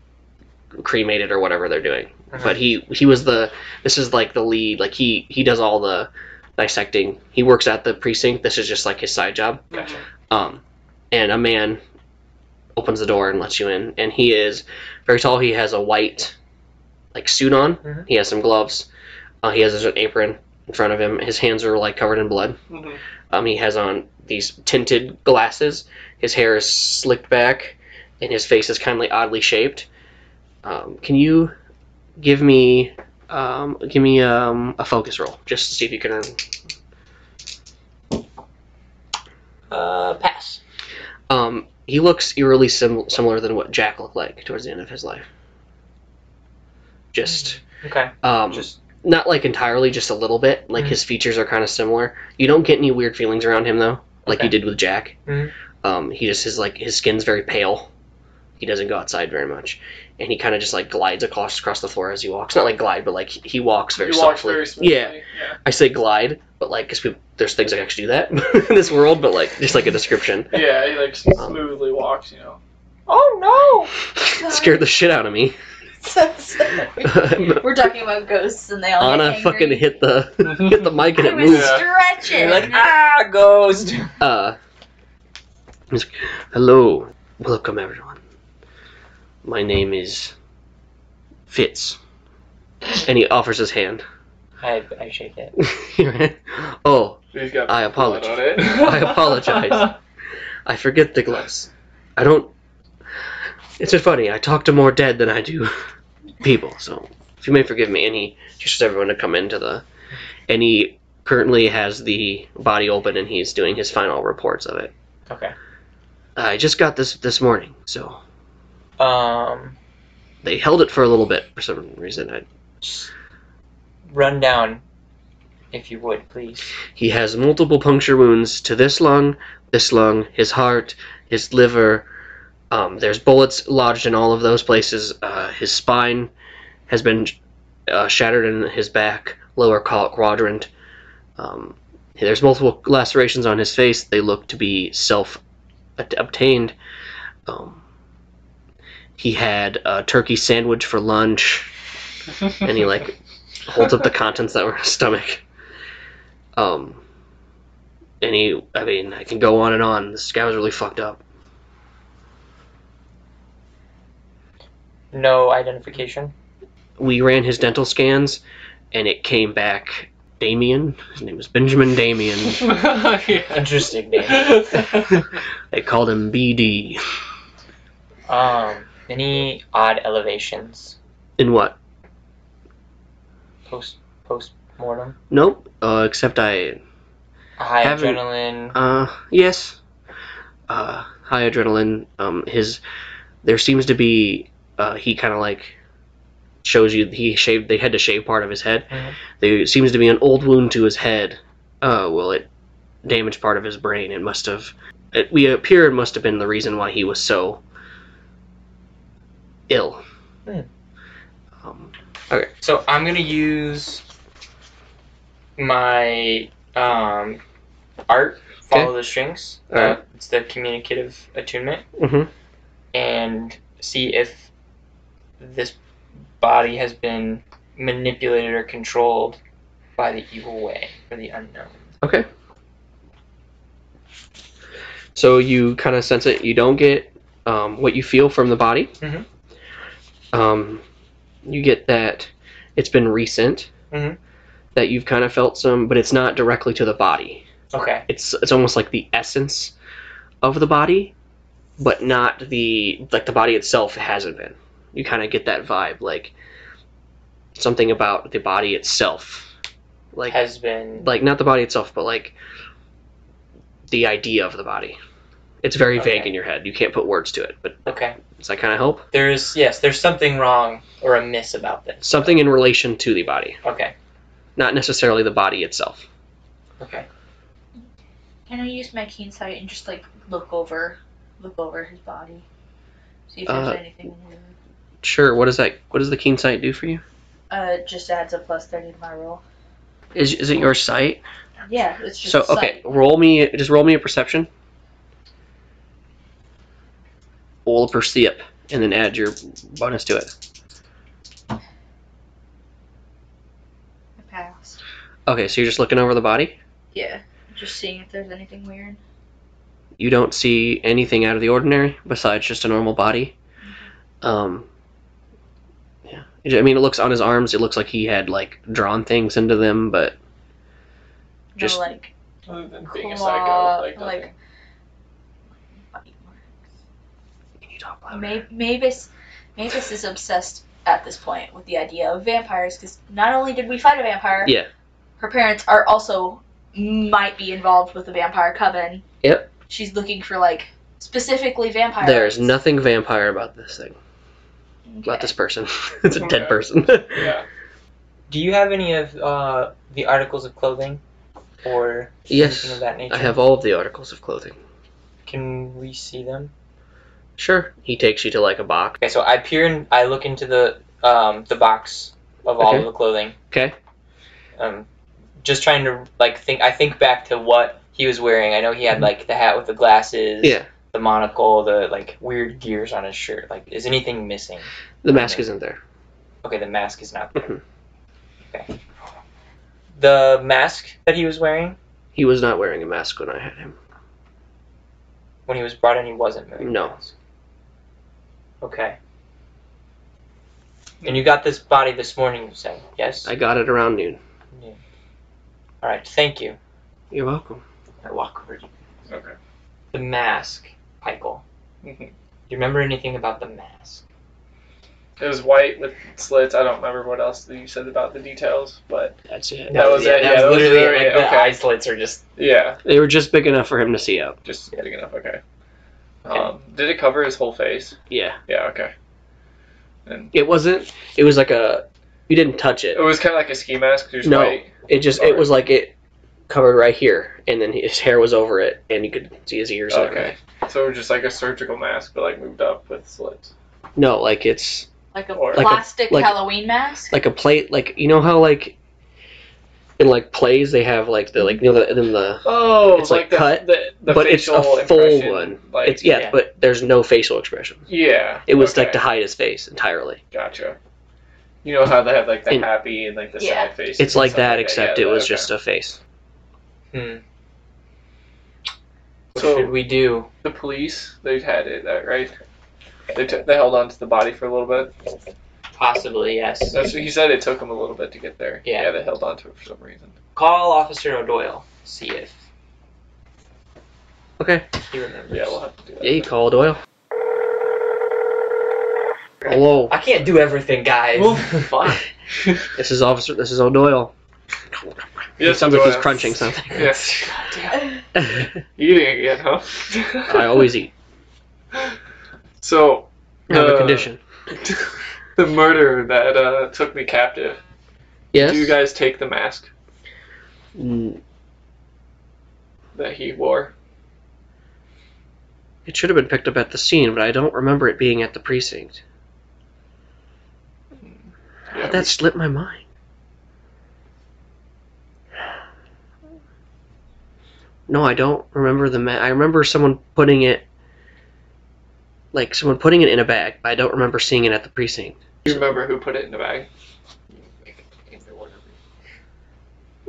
[SPEAKER 6] cremated or whatever they're doing.
[SPEAKER 3] Mhm.
[SPEAKER 6] But he he was the. This is like the lead. Like he he does all the dissecting. He works at the precinct. This is just like his side job.
[SPEAKER 3] Gotcha.
[SPEAKER 4] Mm-hmm.
[SPEAKER 6] Um, and a man opens the door and lets you in. And he is very tall. He has a white like suit on.
[SPEAKER 3] Mhm.
[SPEAKER 6] He has some gloves. Uh, he has an apron in front of him. His hands are like covered in blood.
[SPEAKER 4] Mhm.
[SPEAKER 6] Um, he has on these tinted glasses. His hair is slicked back, and his face is kind of like oddly shaped. Um, can you give me um, give me um, a focus roll just to see if you can um,
[SPEAKER 3] Uh, pass.
[SPEAKER 6] Um, he looks eerily sim- similar than what Jack looked like towards the end of his life. Just,
[SPEAKER 3] Okay.
[SPEAKER 6] um,
[SPEAKER 3] Just
[SPEAKER 6] not like entirely, just a little bit. Like
[SPEAKER 3] Mhm.
[SPEAKER 6] his features are kind of similar. You don't get any weird feelings around him though, like you
[SPEAKER 3] Okay.
[SPEAKER 6] did with Jack.
[SPEAKER 3] Mhm.
[SPEAKER 6] Um, he just is like his skin's very pale. He doesn't go outside very much, and he kind of just like glides across across the floor as he walks. Not like glide, but like he walks very
[SPEAKER 4] you walk
[SPEAKER 6] softly.
[SPEAKER 4] very smoothly.
[SPEAKER 6] Yeah, I say glide, but like because there's things that actually do that in this world, but like just like a description.
[SPEAKER 4] Yeah. Yeah. He like
[SPEAKER 6] Um,
[SPEAKER 4] smoothly walks. You know.
[SPEAKER 3] Oh
[SPEAKER 6] scared the shit out of me.
[SPEAKER 5] So sorry. We're talking about ghosts and they all get
[SPEAKER 6] Anna
[SPEAKER 5] angry.
[SPEAKER 6] fucking hit the hit the mic and
[SPEAKER 5] I
[SPEAKER 6] it
[SPEAKER 5] was
[SPEAKER 6] moved.
[SPEAKER 4] Yeah.
[SPEAKER 5] stretching.
[SPEAKER 3] You're like ah ghost.
[SPEAKER 6] Uh, he's like, hello, welcome everyone. My name is Fitz, and he offers his hand.
[SPEAKER 3] I, I shake it.
[SPEAKER 6] oh,
[SPEAKER 4] He's got
[SPEAKER 6] I
[SPEAKER 4] blood
[SPEAKER 6] apologize.
[SPEAKER 4] on it.
[SPEAKER 6] I apologize. I forget the gloves. I don't. It's just funny. I talk to more dead than I do people, so if you may forgive me. And he just everyone to come into the. And he currently has the body open, and he's doing his final reports of it.
[SPEAKER 3] Okay.
[SPEAKER 6] I just got this this morning, so
[SPEAKER 3] Um,
[SPEAKER 6] they held it for a little bit for some reason. I,
[SPEAKER 3] just run down, if you would, please.
[SPEAKER 6] he has multiple puncture wounds to this lung, this lung, his heart, his liver. Um, there's bullets lodged in all of those places. Uh, his spine has been uh, shattered in his back, lower ca- quadrant. Um, there's multiple lacerations on his face. They look to be self at- obtained. Um, he had a turkey sandwich for lunch, and he like holds up the contents that were in his stomach. Um, and he, I mean, I can go on and on. This guy was really fucked up.
[SPEAKER 3] No identification.
[SPEAKER 6] We ran his dental scans, and it came back Damien. His name was Benjamin Damien.
[SPEAKER 4] yeah.
[SPEAKER 3] Interesting name.
[SPEAKER 6] They called him BD.
[SPEAKER 3] Um, any odd elevations
[SPEAKER 6] In what?
[SPEAKER 3] post post mortem?
[SPEAKER 6] Nope. Uh, except I.
[SPEAKER 3] A high
[SPEAKER 6] Haven't-
[SPEAKER 3] adrenaline.
[SPEAKER 6] Uh, yes. Uh, high adrenaline. Um, his. There seems to be. Uh, he kind of like shows you he shaved. They had to shave part of his head.
[SPEAKER 3] Mhm.
[SPEAKER 6] There seems to be an old wound to his head. Uh, well, it damaged part of his brain. It must have. It, we appear it must have been the reason why he was so ill.
[SPEAKER 3] Hmm.
[SPEAKER 6] Um,
[SPEAKER 3] So I'm gonna use my um, art follow the strings. Uh,
[SPEAKER 6] Alright.
[SPEAKER 3] It's the communicative attunement,
[SPEAKER 6] mhm.
[SPEAKER 3] and see if this body has been manipulated or controlled by the evil way or the unknown.
[SPEAKER 6] Okay. So you kind of sense it. You don't get um, what you feel from the body.
[SPEAKER 3] Mhm.
[SPEAKER 6] Um, you get that it's been recent.
[SPEAKER 3] Mhm.
[SPEAKER 6] That you've kind of felt some, but it's not directly to the body.
[SPEAKER 3] Okay.
[SPEAKER 6] It's it's almost like the essence of the body, but not the like the body itself hasn't been. You kind of get that vibe, like something about the body itself, like
[SPEAKER 3] has been
[SPEAKER 6] like not the body itself, but like the idea of the body. It's very vague
[SPEAKER 3] Okay.
[SPEAKER 6] in your head. You can't put words to it, but
[SPEAKER 3] okay.
[SPEAKER 6] does that kind of help?
[SPEAKER 3] There's yes, there's something wrong or amiss about this.
[SPEAKER 6] Something in relation to the body,
[SPEAKER 3] Okay.
[SPEAKER 6] not necessarily the body itself.
[SPEAKER 3] Okay.
[SPEAKER 5] Can I use my keen sight and just like look over, look over his body, see if
[SPEAKER 6] Uh,
[SPEAKER 5] there's anything weird?
[SPEAKER 6] Sure. What does that? What does the keen sight do for you?
[SPEAKER 5] Uh, it just adds a plus thirty to my roll.
[SPEAKER 6] Is is it your sight?
[SPEAKER 5] Yeah, it's just
[SPEAKER 6] so okay, roll me. Just roll me a perception. Roll a perceive, and then add your bonus to it.
[SPEAKER 5] sight. Pass.
[SPEAKER 6] Okay, so you're just looking over the body.
[SPEAKER 5] Yeah, just seeing if there's anything weird.
[SPEAKER 6] you don't see anything out of the ordinary besides just a normal body. Um, yeah, I mean, it looks on his arms. It looks like he had like drawn things into them, but
[SPEAKER 5] No,
[SPEAKER 6] Just-
[SPEAKER 5] like
[SPEAKER 4] Other than being a
[SPEAKER 5] claw,
[SPEAKER 4] psycho, like,
[SPEAKER 5] like
[SPEAKER 6] you need to talk louder.
[SPEAKER 5] Ma- Mavis, Mavis is obsessed at this point with the idea of vampires because not only did we fight a vampire,
[SPEAKER 6] Yeah.
[SPEAKER 5] her parents are also might be involved with the vampire coven.
[SPEAKER 6] Yep.
[SPEAKER 5] She's looking for like specifically vampires.
[SPEAKER 6] There's nothing vampire about this thing. About this person. it's a
[SPEAKER 4] Okay.
[SPEAKER 6] dead person.
[SPEAKER 4] nothing. Yeah.
[SPEAKER 3] Do you have any of uh, the articles of clothing or anything
[SPEAKER 6] yes,
[SPEAKER 3] of that nature?
[SPEAKER 6] I have all of the articles of clothing.
[SPEAKER 3] Can we see them?
[SPEAKER 6] Sure. He takes you to like a box.
[SPEAKER 3] Okay, so I peer and I look into the um, the box of all
[SPEAKER 6] Okay.
[SPEAKER 3] of the clothing.
[SPEAKER 6] Okay.
[SPEAKER 3] Um, just trying to like think. I think back to what he was wearing. I know he had like the hat with the glasses.
[SPEAKER 6] Mm-hmm. Yeah.
[SPEAKER 3] The monocle, the like weird gears on his shirt. Like, is anything missing?
[SPEAKER 6] The mask isn't there.
[SPEAKER 3] Okay, the mask is not there.
[SPEAKER 6] Mhm.
[SPEAKER 3] okay. The mask that he was wearing
[SPEAKER 6] He was not wearing a mask when I had him.
[SPEAKER 3] when he was brought in, he wasn't wearing a
[SPEAKER 6] No.
[SPEAKER 3] mask. Okay. And you got this body this morning, you say? Yes.
[SPEAKER 6] I got it around noon.
[SPEAKER 3] All right. Thank you.
[SPEAKER 6] You're welcome.
[SPEAKER 3] I walk over to you.
[SPEAKER 4] Okay.
[SPEAKER 3] The mask, Michael.
[SPEAKER 4] Mhm.
[SPEAKER 3] Do you remember anything about the mask?
[SPEAKER 4] It was white with slits. I don't remember what else that you said about the details, but
[SPEAKER 6] That's it.
[SPEAKER 4] That was it,
[SPEAKER 3] That
[SPEAKER 4] yeah, that
[SPEAKER 3] was
[SPEAKER 4] was
[SPEAKER 3] literally
[SPEAKER 4] literally
[SPEAKER 3] it.
[SPEAKER 4] it,
[SPEAKER 3] Like,
[SPEAKER 4] okay.
[SPEAKER 3] The eye slits are just.
[SPEAKER 4] yeah,
[SPEAKER 6] They were just big enough for him to see out.
[SPEAKER 4] just big enough. Okay. Um, did it cover his whole face?
[SPEAKER 6] Yeah.
[SPEAKER 4] Yeah. Okay. And
[SPEAKER 6] It wasn't. It was like a. You didn't touch it.
[SPEAKER 4] it was kind of like a ski mask. Just
[SPEAKER 6] No.
[SPEAKER 4] white.
[SPEAKER 6] It just. It was like it covered right here, and then his hair was over it, and you could see his ears. and
[SPEAKER 4] Okay. So it was just like a surgical mask, but like moved up with slits.
[SPEAKER 6] everything. No, like it's
[SPEAKER 5] like a
[SPEAKER 4] Or-
[SPEAKER 6] Like a-
[SPEAKER 5] plastic
[SPEAKER 6] like a-
[SPEAKER 5] Halloween mask.
[SPEAKER 6] like a plate. Like you know how like. In like plays, they have like the like you know the, then the
[SPEAKER 4] Oh,
[SPEAKER 6] It's, like,
[SPEAKER 4] the,
[SPEAKER 6] cut,
[SPEAKER 4] the, the
[SPEAKER 6] but it's a
[SPEAKER 4] facial
[SPEAKER 6] full
[SPEAKER 4] impression,
[SPEAKER 6] one.
[SPEAKER 4] Like,
[SPEAKER 6] it's yeah,
[SPEAKER 3] yeah.
[SPEAKER 6] but there's no facial expression.
[SPEAKER 4] yeah.
[SPEAKER 6] It was
[SPEAKER 4] okay,
[SPEAKER 6] like to hide his face entirely.
[SPEAKER 4] Gotcha. You know how they have like the
[SPEAKER 6] And-
[SPEAKER 4] happy and like the
[SPEAKER 5] Yeah.
[SPEAKER 4] sad face.
[SPEAKER 6] It's like that, except it was just a face.
[SPEAKER 3] Hmm. What
[SPEAKER 4] So-
[SPEAKER 3] should we do?
[SPEAKER 4] the police. They've had it that right. They took they held on to the body for a little bit.
[SPEAKER 3] Possibly, yes.
[SPEAKER 4] That's what he said. It took him a little bit to get there.
[SPEAKER 3] Yeah.
[SPEAKER 4] Yeah, they held on to it for some reason.
[SPEAKER 3] Call Officer O'Doyle. See if
[SPEAKER 6] Okay.
[SPEAKER 3] he remembers.
[SPEAKER 4] Yeah, we'll have to do that.
[SPEAKER 6] Yeah, you call Doyle. Hello.
[SPEAKER 3] I can't do everything, guys.
[SPEAKER 4] Well, fuck.
[SPEAKER 6] This is Officer. This is O'Doyle.
[SPEAKER 4] Yeah,
[SPEAKER 6] Sounds like
[SPEAKER 4] so,
[SPEAKER 6] he's
[SPEAKER 4] uh,
[SPEAKER 6] crunching something.
[SPEAKER 4] Yes.
[SPEAKER 6] I
[SPEAKER 4] Eating again, huh?
[SPEAKER 6] always eat.
[SPEAKER 4] So.
[SPEAKER 6] I have a
[SPEAKER 4] uh,
[SPEAKER 6] condition.
[SPEAKER 4] the murder that uh, took me captive.
[SPEAKER 6] Yes.
[SPEAKER 4] Do you guys take the mask
[SPEAKER 6] Mm,
[SPEAKER 4] that he wore?
[SPEAKER 6] It should have been picked up at the scene, but I don't remember it being at the precinct.
[SPEAKER 4] Yeah,
[SPEAKER 6] That slipped my mind. No, I don't remember the. Ma- I remember someone putting it, like someone putting it in a bag. But I don't remember seeing it at the precinct.
[SPEAKER 4] Do you remember who put it in the bag?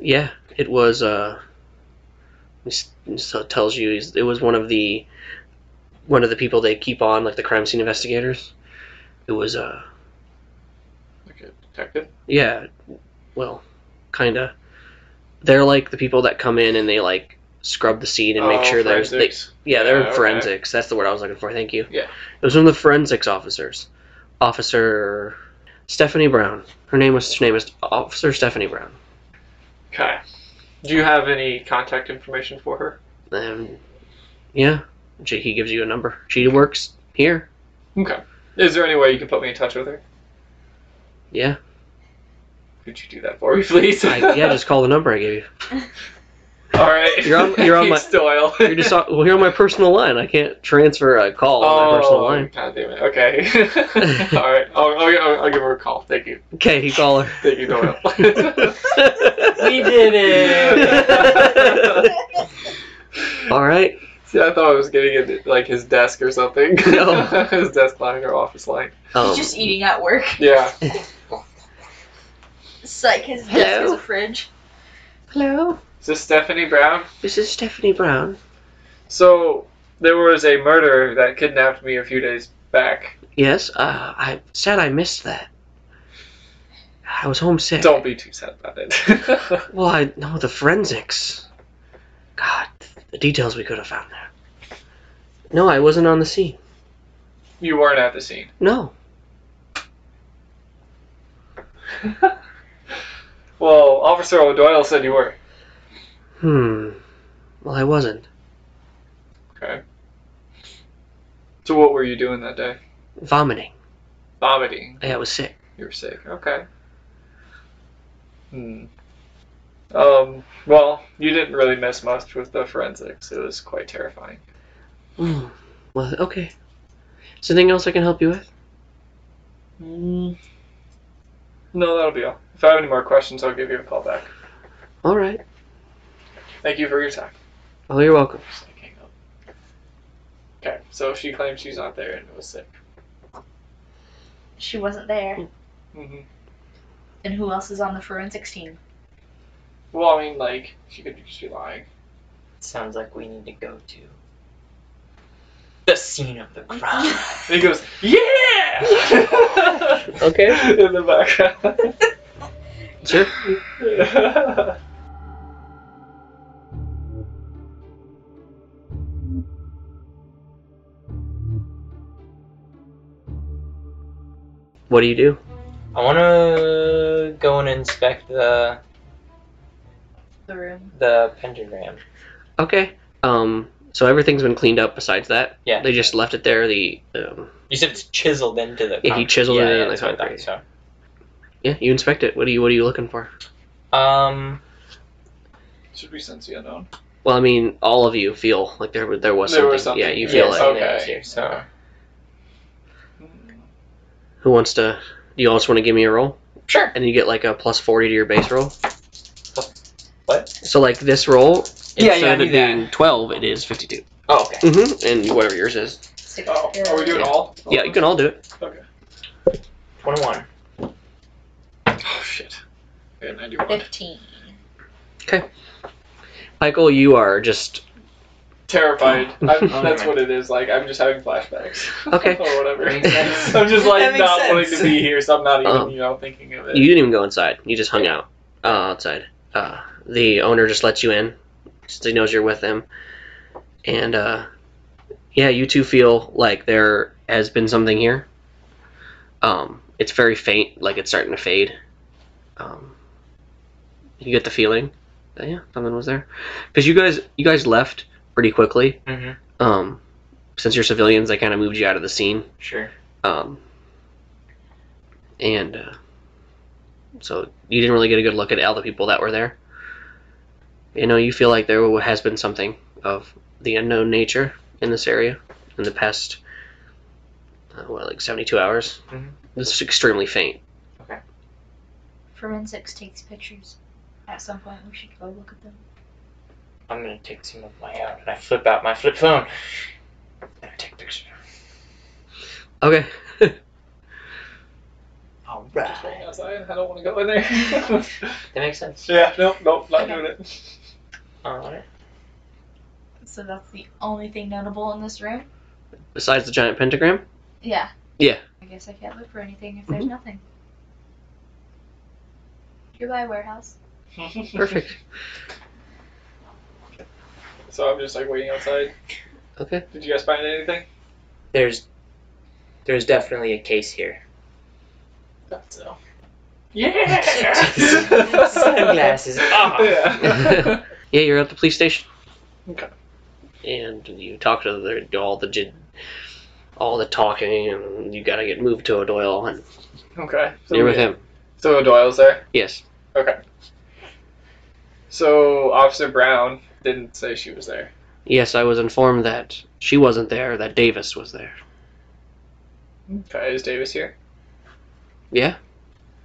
[SPEAKER 6] Yeah, it was. Uh, this- so it tells you is- it was one of the, one of the people they keep on like the crime scene investigators. It was. Uh,
[SPEAKER 4] Like a detective?
[SPEAKER 6] Yeah, well, kinda. They're like the people that come in and they like scrub the scene and make
[SPEAKER 4] Oh,
[SPEAKER 6] sure there's they,
[SPEAKER 4] forensics.
[SPEAKER 6] yeah they're
[SPEAKER 4] Yeah, okay.
[SPEAKER 6] forensics. That's the word I was looking for. Thank you.
[SPEAKER 4] Yeah.
[SPEAKER 6] it was one of the forensics officers, Officer Stephanie Brown. Her name was her name is Officer Stephanie Brown.
[SPEAKER 4] Okay. Do you have any contact information for her?
[SPEAKER 6] And yeah, she, he gives you a number. She works here.
[SPEAKER 4] Okay. Is there any way you can put me in touch with her?
[SPEAKER 6] Yeah,
[SPEAKER 4] Could you do that for me, please?
[SPEAKER 6] I, yeah. Just call the number I gave you.
[SPEAKER 4] All right.
[SPEAKER 6] You're on- you're on
[SPEAKER 4] Thanks, Doyle.
[SPEAKER 6] You're just on, well, you're on my personal line. I can't transfer a call on my personal
[SPEAKER 4] Oh,
[SPEAKER 6] line.
[SPEAKER 4] God damn it. Okay. All right. I'll, I'll, I'll, I'll give her a call. Thank you.
[SPEAKER 6] Okay, you call her.
[SPEAKER 4] Thank you, Doyle.
[SPEAKER 3] we did it.
[SPEAKER 6] Um, All right.
[SPEAKER 4] See, I thought I was getting into like his desk or something.
[SPEAKER 6] No.
[SPEAKER 4] his desk line or office line.
[SPEAKER 6] Um,
[SPEAKER 7] He's just eating at work.
[SPEAKER 4] Yeah.
[SPEAKER 7] It's like his desk
[SPEAKER 6] Hello?
[SPEAKER 7] is a fridge.
[SPEAKER 6] Hello,
[SPEAKER 4] Is this Stephanie Brown?
[SPEAKER 6] this is Stephanie Brown.
[SPEAKER 4] So there was a murderer that kidnapped me a few days back.
[SPEAKER 6] Yes, uh, I said I missed that. I was homesick.
[SPEAKER 4] Don't be too sad about it.
[SPEAKER 6] Well, I know the forensics. God, the details we could have found there. No, I wasn't on the scene.
[SPEAKER 4] you weren't at the scene.
[SPEAKER 6] No.
[SPEAKER 4] Well, Officer O'Doyle said you were.
[SPEAKER 6] Hmm. Well, I wasn't.
[SPEAKER 4] Okay. So what were you doing that day?
[SPEAKER 6] Vomiting.
[SPEAKER 4] Vomiting.
[SPEAKER 6] I was sick.
[SPEAKER 4] You were sick. Okay. Hmm. Um. Well, you didn't really miss much with the forensics. It was quite terrifying.
[SPEAKER 6] Hmm. Well, okay. Is there anything else I can help you with?
[SPEAKER 4] Mm. No, that'll be all. If I have any more questions, I'll give you a call back.
[SPEAKER 6] All right.
[SPEAKER 4] Thank you for your time.
[SPEAKER 6] Oh, you're welcome.
[SPEAKER 4] Just, like, hang up. Okay, so she claims she's not there and was sick.
[SPEAKER 7] She wasn't there.
[SPEAKER 4] hmm
[SPEAKER 7] And who else is on the forensics team?
[SPEAKER 4] Well, I mean, like, she could just be lying.
[SPEAKER 3] Sounds like we need to go to the scene of the
[SPEAKER 5] Oh
[SPEAKER 3] crime.
[SPEAKER 4] And he goes, Yeah!
[SPEAKER 6] Okay.
[SPEAKER 4] In the background.
[SPEAKER 6] Sure. What do you do?
[SPEAKER 3] I want to go and inspect the
[SPEAKER 7] The room.
[SPEAKER 3] the pentagram.
[SPEAKER 6] Okay. Um. So everything's been cleaned up. Besides that,
[SPEAKER 3] Yeah.
[SPEAKER 6] They just left it there. The um,
[SPEAKER 3] You said it's chiseled into the.
[SPEAKER 6] Yeah, he
[SPEAKER 3] concrete.
[SPEAKER 6] chiseled it into the
[SPEAKER 3] that's what I
[SPEAKER 6] concrete.
[SPEAKER 3] thought,
[SPEAKER 6] yeah. You inspect it. What are you What are you looking for?
[SPEAKER 3] so. Um,
[SPEAKER 4] Should we sense the unknown?
[SPEAKER 6] Well, I mean, all of you feel like there there was
[SPEAKER 4] There
[SPEAKER 6] something.
[SPEAKER 4] was something.
[SPEAKER 6] Yeah, you
[SPEAKER 3] yeah,
[SPEAKER 6] feel
[SPEAKER 4] Yes.
[SPEAKER 6] it.
[SPEAKER 3] something
[SPEAKER 4] Okay.
[SPEAKER 3] was here, so
[SPEAKER 4] Mm-hmm.
[SPEAKER 6] Who wants to? Do you also want to give me a roll?
[SPEAKER 3] sure.
[SPEAKER 6] And you get like a plus forty to your base roll.
[SPEAKER 3] What?
[SPEAKER 6] So like this roll,
[SPEAKER 3] Yeah,
[SPEAKER 6] instead
[SPEAKER 3] yeah, I
[SPEAKER 6] of
[SPEAKER 3] knew
[SPEAKER 6] it
[SPEAKER 3] that.
[SPEAKER 6] being twelve, it is fifty-two.
[SPEAKER 3] Oh, okay.
[SPEAKER 6] Mm-hmm. And whatever yours is.
[SPEAKER 7] Stick
[SPEAKER 4] Oh,
[SPEAKER 7] with the-
[SPEAKER 4] are we doing
[SPEAKER 6] Yeah.
[SPEAKER 4] all?
[SPEAKER 6] Yeah, you can all do it.
[SPEAKER 3] Twenty-one.
[SPEAKER 4] Oh, shit. I got 91.
[SPEAKER 7] Fifteen.
[SPEAKER 6] Michael, you are just
[SPEAKER 4] terrified. I'm, that's
[SPEAKER 3] Okay.
[SPEAKER 4] what it is. Like I'm just having flashbacks.
[SPEAKER 6] Okay.
[SPEAKER 3] Oh.
[SPEAKER 4] or whatever.
[SPEAKER 3] Makes sense.
[SPEAKER 4] I'm just
[SPEAKER 8] That
[SPEAKER 4] like
[SPEAKER 8] makes
[SPEAKER 4] not
[SPEAKER 8] sense.
[SPEAKER 4] wanting to be here, so I'm not even
[SPEAKER 6] Um,
[SPEAKER 4] you know thinking of it.
[SPEAKER 6] You didn't even go inside. You just hung out uh, outside. Uh, the owner just lets you in, since he knows you're with him. And uh, yeah, you two feel like there has been something here. Um, it's very faint, like it's starting to fade. Um, you get the feeling that yeah, something was there, because you guys you guys left pretty quickly.
[SPEAKER 3] Mhm.
[SPEAKER 6] Um, since you're civilians, they kind of moved you out of the scene.
[SPEAKER 3] Sure.
[SPEAKER 6] Um, and uh, so you didn't really get a good look at all the people that were there. You know, you feel like there has been something of the unknown nature in this area in the past, uh, what, like 72 hours?
[SPEAKER 4] Mm-hmm.
[SPEAKER 3] Mhm.
[SPEAKER 6] This is extremely faint.
[SPEAKER 7] Forensics takes pictures. At some point, we should go look at them.
[SPEAKER 3] I'm gonna take some of my out and I flip out my flip phone and I take a picture.
[SPEAKER 6] Okay.
[SPEAKER 3] All
[SPEAKER 4] Just
[SPEAKER 3] right.
[SPEAKER 4] going outside. I don't want to go in there.
[SPEAKER 3] That makes sense.
[SPEAKER 4] yeah. Nope. Nope. Not doing it.
[SPEAKER 3] All right.
[SPEAKER 7] So that's the only thing notable in this room.
[SPEAKER 6] Besides the giant pentagram?
[SPEAKER 7] Yeah.
[SPEAKER 6] Yeah. Mm-hmm.
[SPEAKER 7] I guess I can't look for anything if there's nothing. Goodbye, warehouse.
[SPEAKER 6] Perfect.
[SPEAKER 4] So I'm just like waiting outside.
[SPEAKER 6] Okay.
[SPEAKER 4] Did you guys find anything?
[SPEAKER 3] There's, there's definitely a case here.
[SPEAKER 4] Thought so.
[SPEAKER 3] Yeah.
[SPEAKER 4] Sunglasses.
[SPEAKER 3] Sunglasses. Ah.
[SPEAKER 4] Yeah.
[SPEAKER 6] Yeah, you're at the police station.
[SPEAKER 4] Okay.
[SPEAKER 6] And you talk to the, all the gin- all the talking, and you gotta get moved to O'Doyle, and
[SPEAKER 4] okay. So,
[SPEAKER 6] you're with
[SPEAKER 4] we-
[SPEAKER 6] him.
[SPEAKER 4] So Doyle's there.
[SPEAKER 6] Yes.
[SPEAKER 4] Okay. So Officer Brown didn't say she was there.
[SPEAKER 6] Yes, I was informed that she wasn't there, that Davis was there.
[SPEAKER 4] Okay, is Davis here?
[SPEAKER 6] Yeah?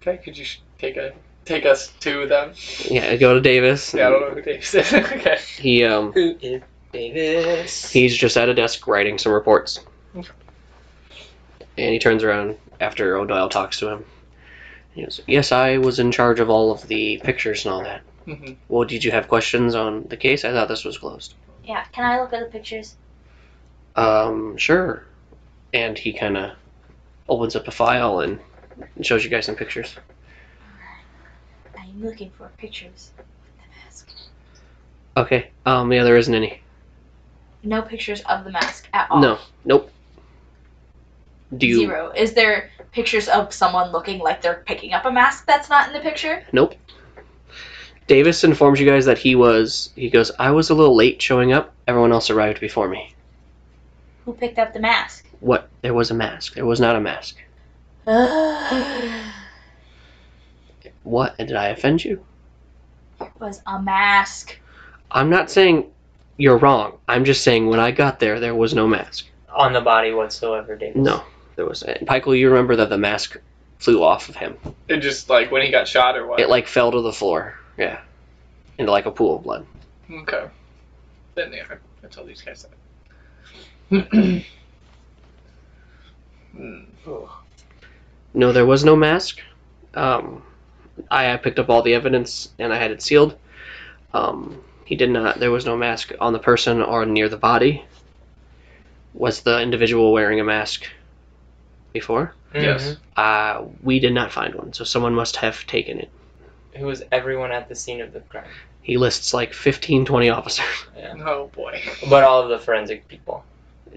[SPEAKER 4] Okay, could you sh- take a take us to them?
[SPEAKER 6] Yeah, I go to Davis.
[SPEAKER 4] Yeah, I don't know who Davis is. okay.
[SPEAKER 6] He um
[SPEAKER 3] Who is Davis?
[SPEAKER 6] he's just at a desk writing some reports. And he turns around after O'Doyle talks to him. He goes, Yes, I was in charge of all of the pictures and all that.
[SPEAKER 4] Mhm.
[SPEAKER 6] Well, did you have questions on the case? I thought this was closed.
[SPEAKER 5] Yeah, can I look at the pictures?
[SPEAKER 6] Um, sure. And he kind of opens up a file and shows you guys some pictures.
[SPEAKER 5] I'm looking for pictures with the mask.
[SPEAKER 6] Okay. Um, yeah, there isn't any.
[SPEAKER 7] No pictures of the mask at
[SPEAKER 5] Oh.
[SPEAKER 7] all.
[SPEAKER 6] No. Nope. Do you?
[SPEAKER 7] Zero. Is there pictures of someone looking like they're picking up a mask that's not in the picture?
[SPEAKER 6] Nope. Davis informs you guys that he was. He goes, I was a little late showing up. Everyone else arrived before me.
[SPEAKER 5] Who picked up the mask?
[SPEAKER 6] What? There was a mask. There was not a mask.
[SPEAKER 5] it
[SPEAKER 6] What? Did I offend you?
[SPEAKER 5] was a mask.
[SPEAKER 6] I'm not saying you're wrong. I'm just saying when I got there, there was no mask.
[SPEAKER 3] on the body whatsoever, Davis.
[SPEAKER 6] No, there was. And Michael, you remember that the mask flew off of him.
[SPEAKER 4] It just like when he got shot or what?
[SPEAKER 6] It like fell to the floor. Yeah. Into like a pool of blood.
[SPEAKER 4] okay. Then they are. That's all these guys said. Hmm.
[SPEAKER 6] No, there was no mask. Um, I, I picked up all the evidence and I had it sealed. Um, he did not. There was no mask on the person or near the body. Was the individual wearing a mask before?
[SPEAKER 3] Mm-hmm.
[SPEAKER 4] Yes.
[SPEAKER 6] Uh, we did not find one, so someone must have taken it.
[SPEAKER 3] Who was everyone at the scene of the crime?
[SPEAKER 6] He lists like 15, 20 officers.
[SPEAKER 3] Yeah.
[SPEAKER 4] Oh boy.
[SPEAKER 3] But all of the forensic people.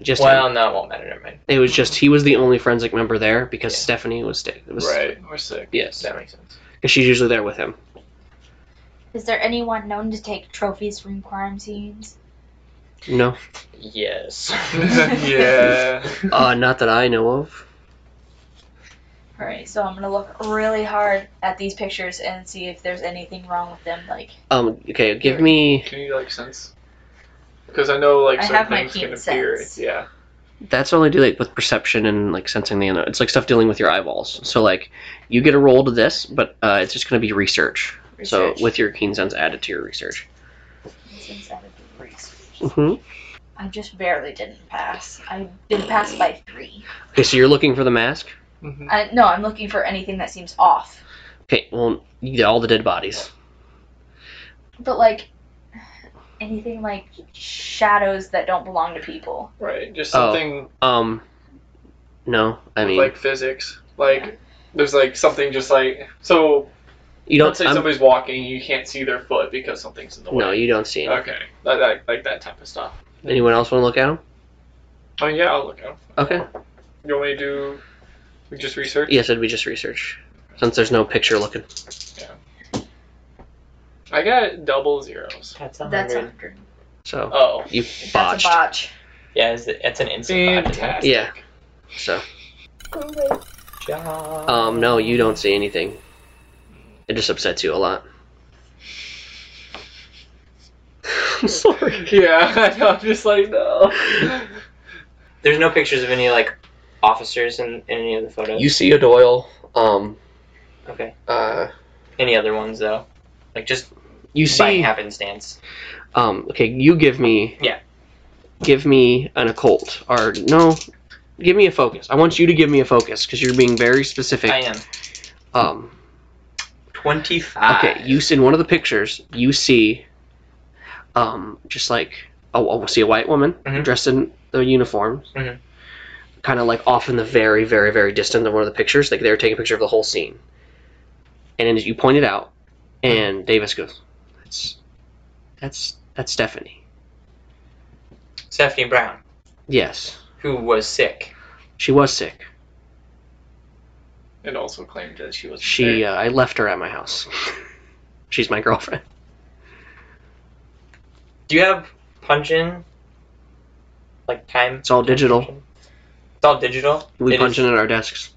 [SPEAKER 6] Just him.
[SPEAKER 3] well, no, it won't matter. Never mind.
[SPEAKER 6] it was just he was the only forensic member there because
[SPEAKER 3] Yeah.
[SPEAKER 6] Stephanie was, sta- was
[SPEAKER 4] Right. We're sick.
[SPEAKER 6] Yes,
[SPEAKER 3] That makes sense.
[SPEAKER 6] because she's usually there with him.
[SPEAKER 5] Is there anyone known to take trophies from crime scenes?
[SPEAKER 6] No,
[SPEAKER 3] Yes.
[SPEAKER 4] yeah.
[SPEAKER 6] uh, not that I know of.
[SPEAKER 7] Alright, so I'm gonna look really hard at these pictures and see if there's anything wrong with them. Like,
[SPEAKER 6] Um, okay, give me.
[SPEAKER 4] Can you like sense? Because I know like
[SPEAKER 7] I
[SPEAKER 4] certain
[SPEAKER 7] have my
[SPEAKER 4] things can
[SPEAKER 7] keen
[SPEAKER 4] appear.
[SPEAKER 7] sense.
[SPEAKER 4] Yeah.
[SPEAKER 6] That's only do like with perception and like sensing the. It's like stuff dealing with your eyeballs. So like, you get a roll to this, but uh, it's just gonna be research. So
[SPEAKER 7] Research.
[SPEAKER 6] with your keen sense added to your research.
[SPEAKER 7] since I did research.
[SPEAKER 6] hmm
[SPEAKER 7] I just barely didn't pass. I didn't pass by three.
[SPEAKER 6] Okay, so you're looking for the mask.
[SPEAKER 4] Mhm.
[SPEAKER 7] I, no, I'm looking for anything that seems off.
[SPEAKER 6] Okay, well, you get all the dead bodies.
[SPEAKER 7] But like, anything like shadows that don't belong to people.
[SPEAKER 4] Right. Just
[SPEAKER 6] Oh.
[SPEAKER 4] something
[SPEAKER 6] Um, no, I mean
[SPEAKER 4] like physics. Like there's like something just like so.
[SPEAKER 6] you don't.
[SPEAKER 4] let's say
[SPEAKER 6] I'm-
[SPEAKER 4] somebody's walking, you can't see their foot because something's in the way.
[SPEAKER 6] no, you don't see it.
[SPEAKER 4] Okay, like, like, like that type of stuff.
[SPEAKER 6] Anyone else want to look at them?
[SPEAKER 4] Oh yeah, I'll look out.
[SPEAKER 6] Okay.
[SPEAKER 4] You want me to do we just research?
[SPEAKER 6] Yes, it'd be just research, since there's no picture looking.
[SPEAKER 4] I got double zeros.
[SPEAKER 3] That's a
[SPEAKER 7] That's
[SPEAKER 3] hundred.
[SPEAKER 7] a,
[SPEAKER 6] So
[SPEAKER 4] Oh,
[SPEAKER 6] you
[SPEAKER 7] that's
[SPEAKER 6] botched.
[SPEAKER 7] a botch.
[SPEAKER 3] Yeah, it's, it's an instant botch.
[SPEAKER 4] fantastic.
[SPEAKER 6] Yeah. So
[SPEAKER 3] Job.
[SPEAKER 6] um, no, you don't see anything. It just upsets you a lot. I'm sorry.
[SPEAKER 4] Yeah, I know, I'm just like no.
[SPEAKER 3] There's no pictures of any like officers in, in any of the photos.
[SPEAKER 6] You see a Doyle. Um,
[SPEAKER 3] okay.
[SPEAKER 6] uh,
[SPEAKER 3] Any other ones though? Like just
[SPEAKER 6] you
[SPEAKER 3] by
[SPEAKER 6] see.
[SPEAKER 3] happenstance.
[SPEAKER 6] Um, okay, you give me.
[SPEAKER 3] Yeah.
[SPEAKER 6] Give me an occult, or no, give me a focus. I want you to give me a focus because you're being very specific.
[SPEAKER 3] I am
[SPEAKER 6] Um,
[SPEAKER 3] twenty five.
[SPEAKER 6] okay, you see in one of the pictures, you see, um, just like oh, we see a white woman
[SPEAKER 3] Mhm.
[SPEAKER 6] dressed in the uniforms,
[SPEAKER 3] Mhm.
[SPEAKER 6] kind of like off in the very, very, very distant of one of the pictures. Like they were taking a picture of the whole scene, and then you pointed out, and Davis goes, "That's, that's, that's Stephanie."
[SPEAKER 3] Stephanie Brown,
[SPEAKER 6] Yes,
[SPEAKER 3] who was sick.
[SPEAKER 6] she was sick.
[SPEAKER 4] And also claimed that she was
[SPEAKER 6] She, uh, I left her at my house. She's my girlfriend.
[SPEAKER 3] Do you have punch in? Like time?
[SPEAKER 6] It's all digital.
[SPEAKER 3] It's all digital.
[SPEAKER 6] We
[SPEAKER 3] It
[SPEAKER 6] punch
[SPEAKER 3] is-
[SPEAKER 6] in at our desks.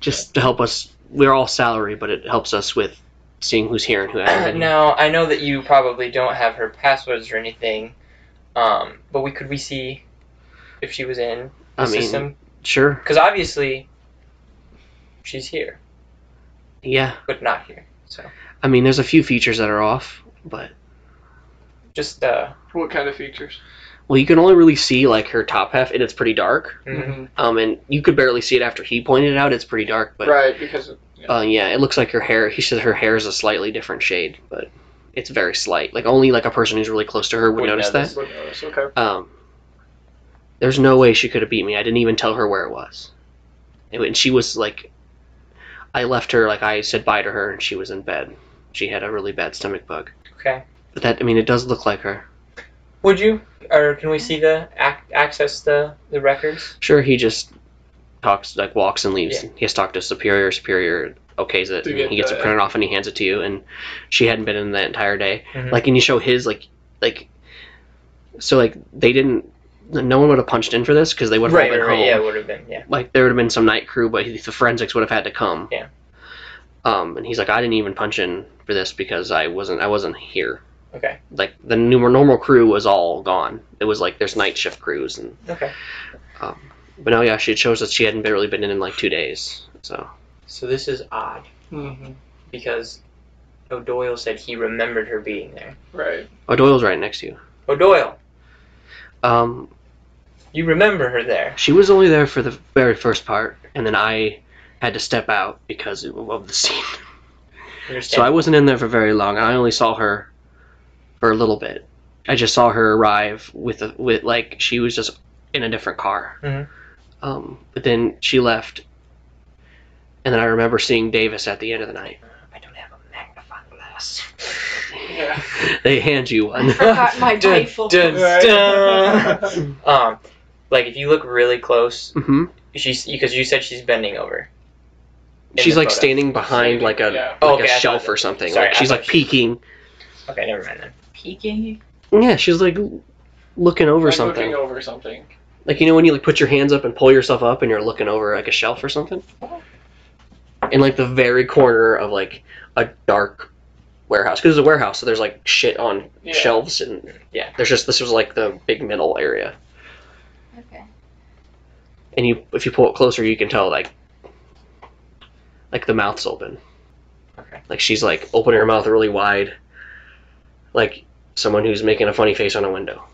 [SPEAKER 6] Just to help us. We're all salary, but it helps us with seeing who's here and who hasn't. been here.
[SPEAKER 3] now I know that you probably don't have her passwords or anything, um, but we could we see if she was in the
[SPEAKER 6] I mean,
[SPEAKER 3] system?
[SPEAKER 6] sure.
[SPEAKER 3] Because obviously she's here,
[SPEAKER 6] Yeah.
[SPEAKER 3] but not here. So
[SPEAKER 6] I mean, there's a few features that are off, but.
[SPEAKER 3] just uh,
[SPEAKER 4] What kind of features?
[SPEAKER 6] Well, you can only really see, like, her top half, and it's pretty dark.
[SPEAKER 3] mm,
[SPEAKER 6] Um, and you could barely see it after he pointed it out. It's pretty dark, but.
[SPEAKER 4] Right, because of, yeah.
[SPEAKER 6] Uh, yeah, it looks like her hair. He says her hair is a slightly different shade, but it's very slight. Like only like a person who's really close to her would,
[SPEAKER 3] Would
[SPEAKER 6] notice
[SPEAKER 3] notice.
[SPEAKER 4] Wouldn't notice, Okay.
[SPEAKER 6] that. Um, there's no way she could have beat me. I didn't even tell her where it was, and when she was like, I left her like I said bye to her, and she was in bed. She had a really bad stomach bug.
[SPEAKER 3] okay.
[SPEAKER 6] But that I mean, it does look like her.
[SPEAKER 3] Would you or can we see the ac- access the the records?
[SPEAKER 6] Sure, he just talks like walks and leaves.
[SPEAKER 3] Yeah.
[SPEAKER 6] He has talked to superior. Superior okays it.
[SPEAKER 4] To
[SPEAKER 6] and
[SPEAKER 4] get
[SPEAKER 6] he gets
[SPEAKER 4] the-
[SPEAKER 6] it printed off and he hands it to you. And she hadn't been in that entire day.
[SPEAKER 4] Mm-hmm.
[SPEAKER 3] Mhm.
[SPEAKER 6] Like, and you show his like like. So like they didn't. No one would have punched in for this because they would have all been home.
[SPEAKER 3] Yeah, would have been. Yeah.
[SPEAKER 6] Like there would have been some night crew, but he- the forensics would have had to come.
[SPEAKER 3] Yeah.
[SPEAKER 6] Um, and he's like, I didn't even punch in for this because I wasn't I wasn't here.
[SPEAKER 3] Okay.
[SPEAKER 6] Like the normal normal crew was all gone. It was like there's night shift crews and
[SPEAKER 3] Okay.
[SPEAKER 6] um, but no, yeah, she it shows that she hadn't been- really been in in like two days. So
[SPEAKER 3] So this is odd
[SPEAKER 4] Mm-hmm.
[SPEAKER 3] because O'Doyle said he remembered her being there.
[SPEAKER 4] Right.
[SPEAKER 6] O'Doyle's oh, right next to you.
[SPEAKER 3] O'Doyle,
[SPEAKER 6] Um,
[SPEAKER 3] you remember her there.
[SPEAKER 6] she was only there for the very first part, and then I had to step out because of the scene.
[SPEAKER 3] Understand?
[SPEAKER 6] So I wasn't in there for very long, and I only saw her for a little bit. I just saw her arrive with a with like she was just in a different car.
[SPEAKER 3] Mhm.
[SPEAKER 6] Um, but then she left, and then I remember seeing Davis at the end of the night.
[SPEAKER 3] I don't have a magnifying glass.
[SPEAKER 4] Yeah.
[SPEAKER 6] They hand you one.
[SPEAKER 7] Forgot my rifle.
[SPEAKER 3] Dun,
[SPEAKER 4] Right.
[SPEAKER 3] dun. um, like if you look really close,
[SPEAKER 6] hmm
[SPEAKER 3] she's because you said she's bending over. In
[SPEAKER 6] She's
[SPEAKER 3] the
[SPEAKER 6] like
[SPEAKER 3] photo.
[SPEAKER 6] standing behind like a
[SPEAKER 4] Yeah.
[SPEAKER 6] like
[SPEAKER 3] Oh, okay, I
[SPEAKER 6] a
[SPEAKER 3] thought
[SPEAKER 6] shelf
[SPEAKER 3] that-
[SPEAKER 6] or something.
[SPEAKER 3] sorry,
[SPEAKER 6] like
[SPEAKER 3] I
[SPEAKER 6] she's
[SPEAKER 3] thought
[SPEAKER 6] like
[SPEAKER 3] she-
[SPEAKER 6] peeking.
[SPEAKER 3] Okay, never mind then.
[SPEAKER 7] Peeking.
[SPEAKER 6] Yeah, she's like looking over
[SPEAKER 4] I'm
[SPEAKER 6] something.
[SPEAKER 4] looking over something.
[SPEAKER 6] Like you know when you like put your hands up and pull yourself up and you're looking over like a shelf or something? In like the very corner of like a dark warehouse. Because it's a warehouse, so there's like shit on
[SPEAKER 4] Yeah.
[SPEAKER 6] shelves and
[SPEAKER 3] Yeah.
[SPEAKER 6] there's just this was like the big middle area.
[SPEAKER 7] Okay.
[SPEAKER 6] And you if you pull it closer you can tell like like the mouth's open.
[SPEAKER 3] Okay.
[SPEAKER 6] Like she's like opening her mouth really wide. Like someone who's making a funny face on a window.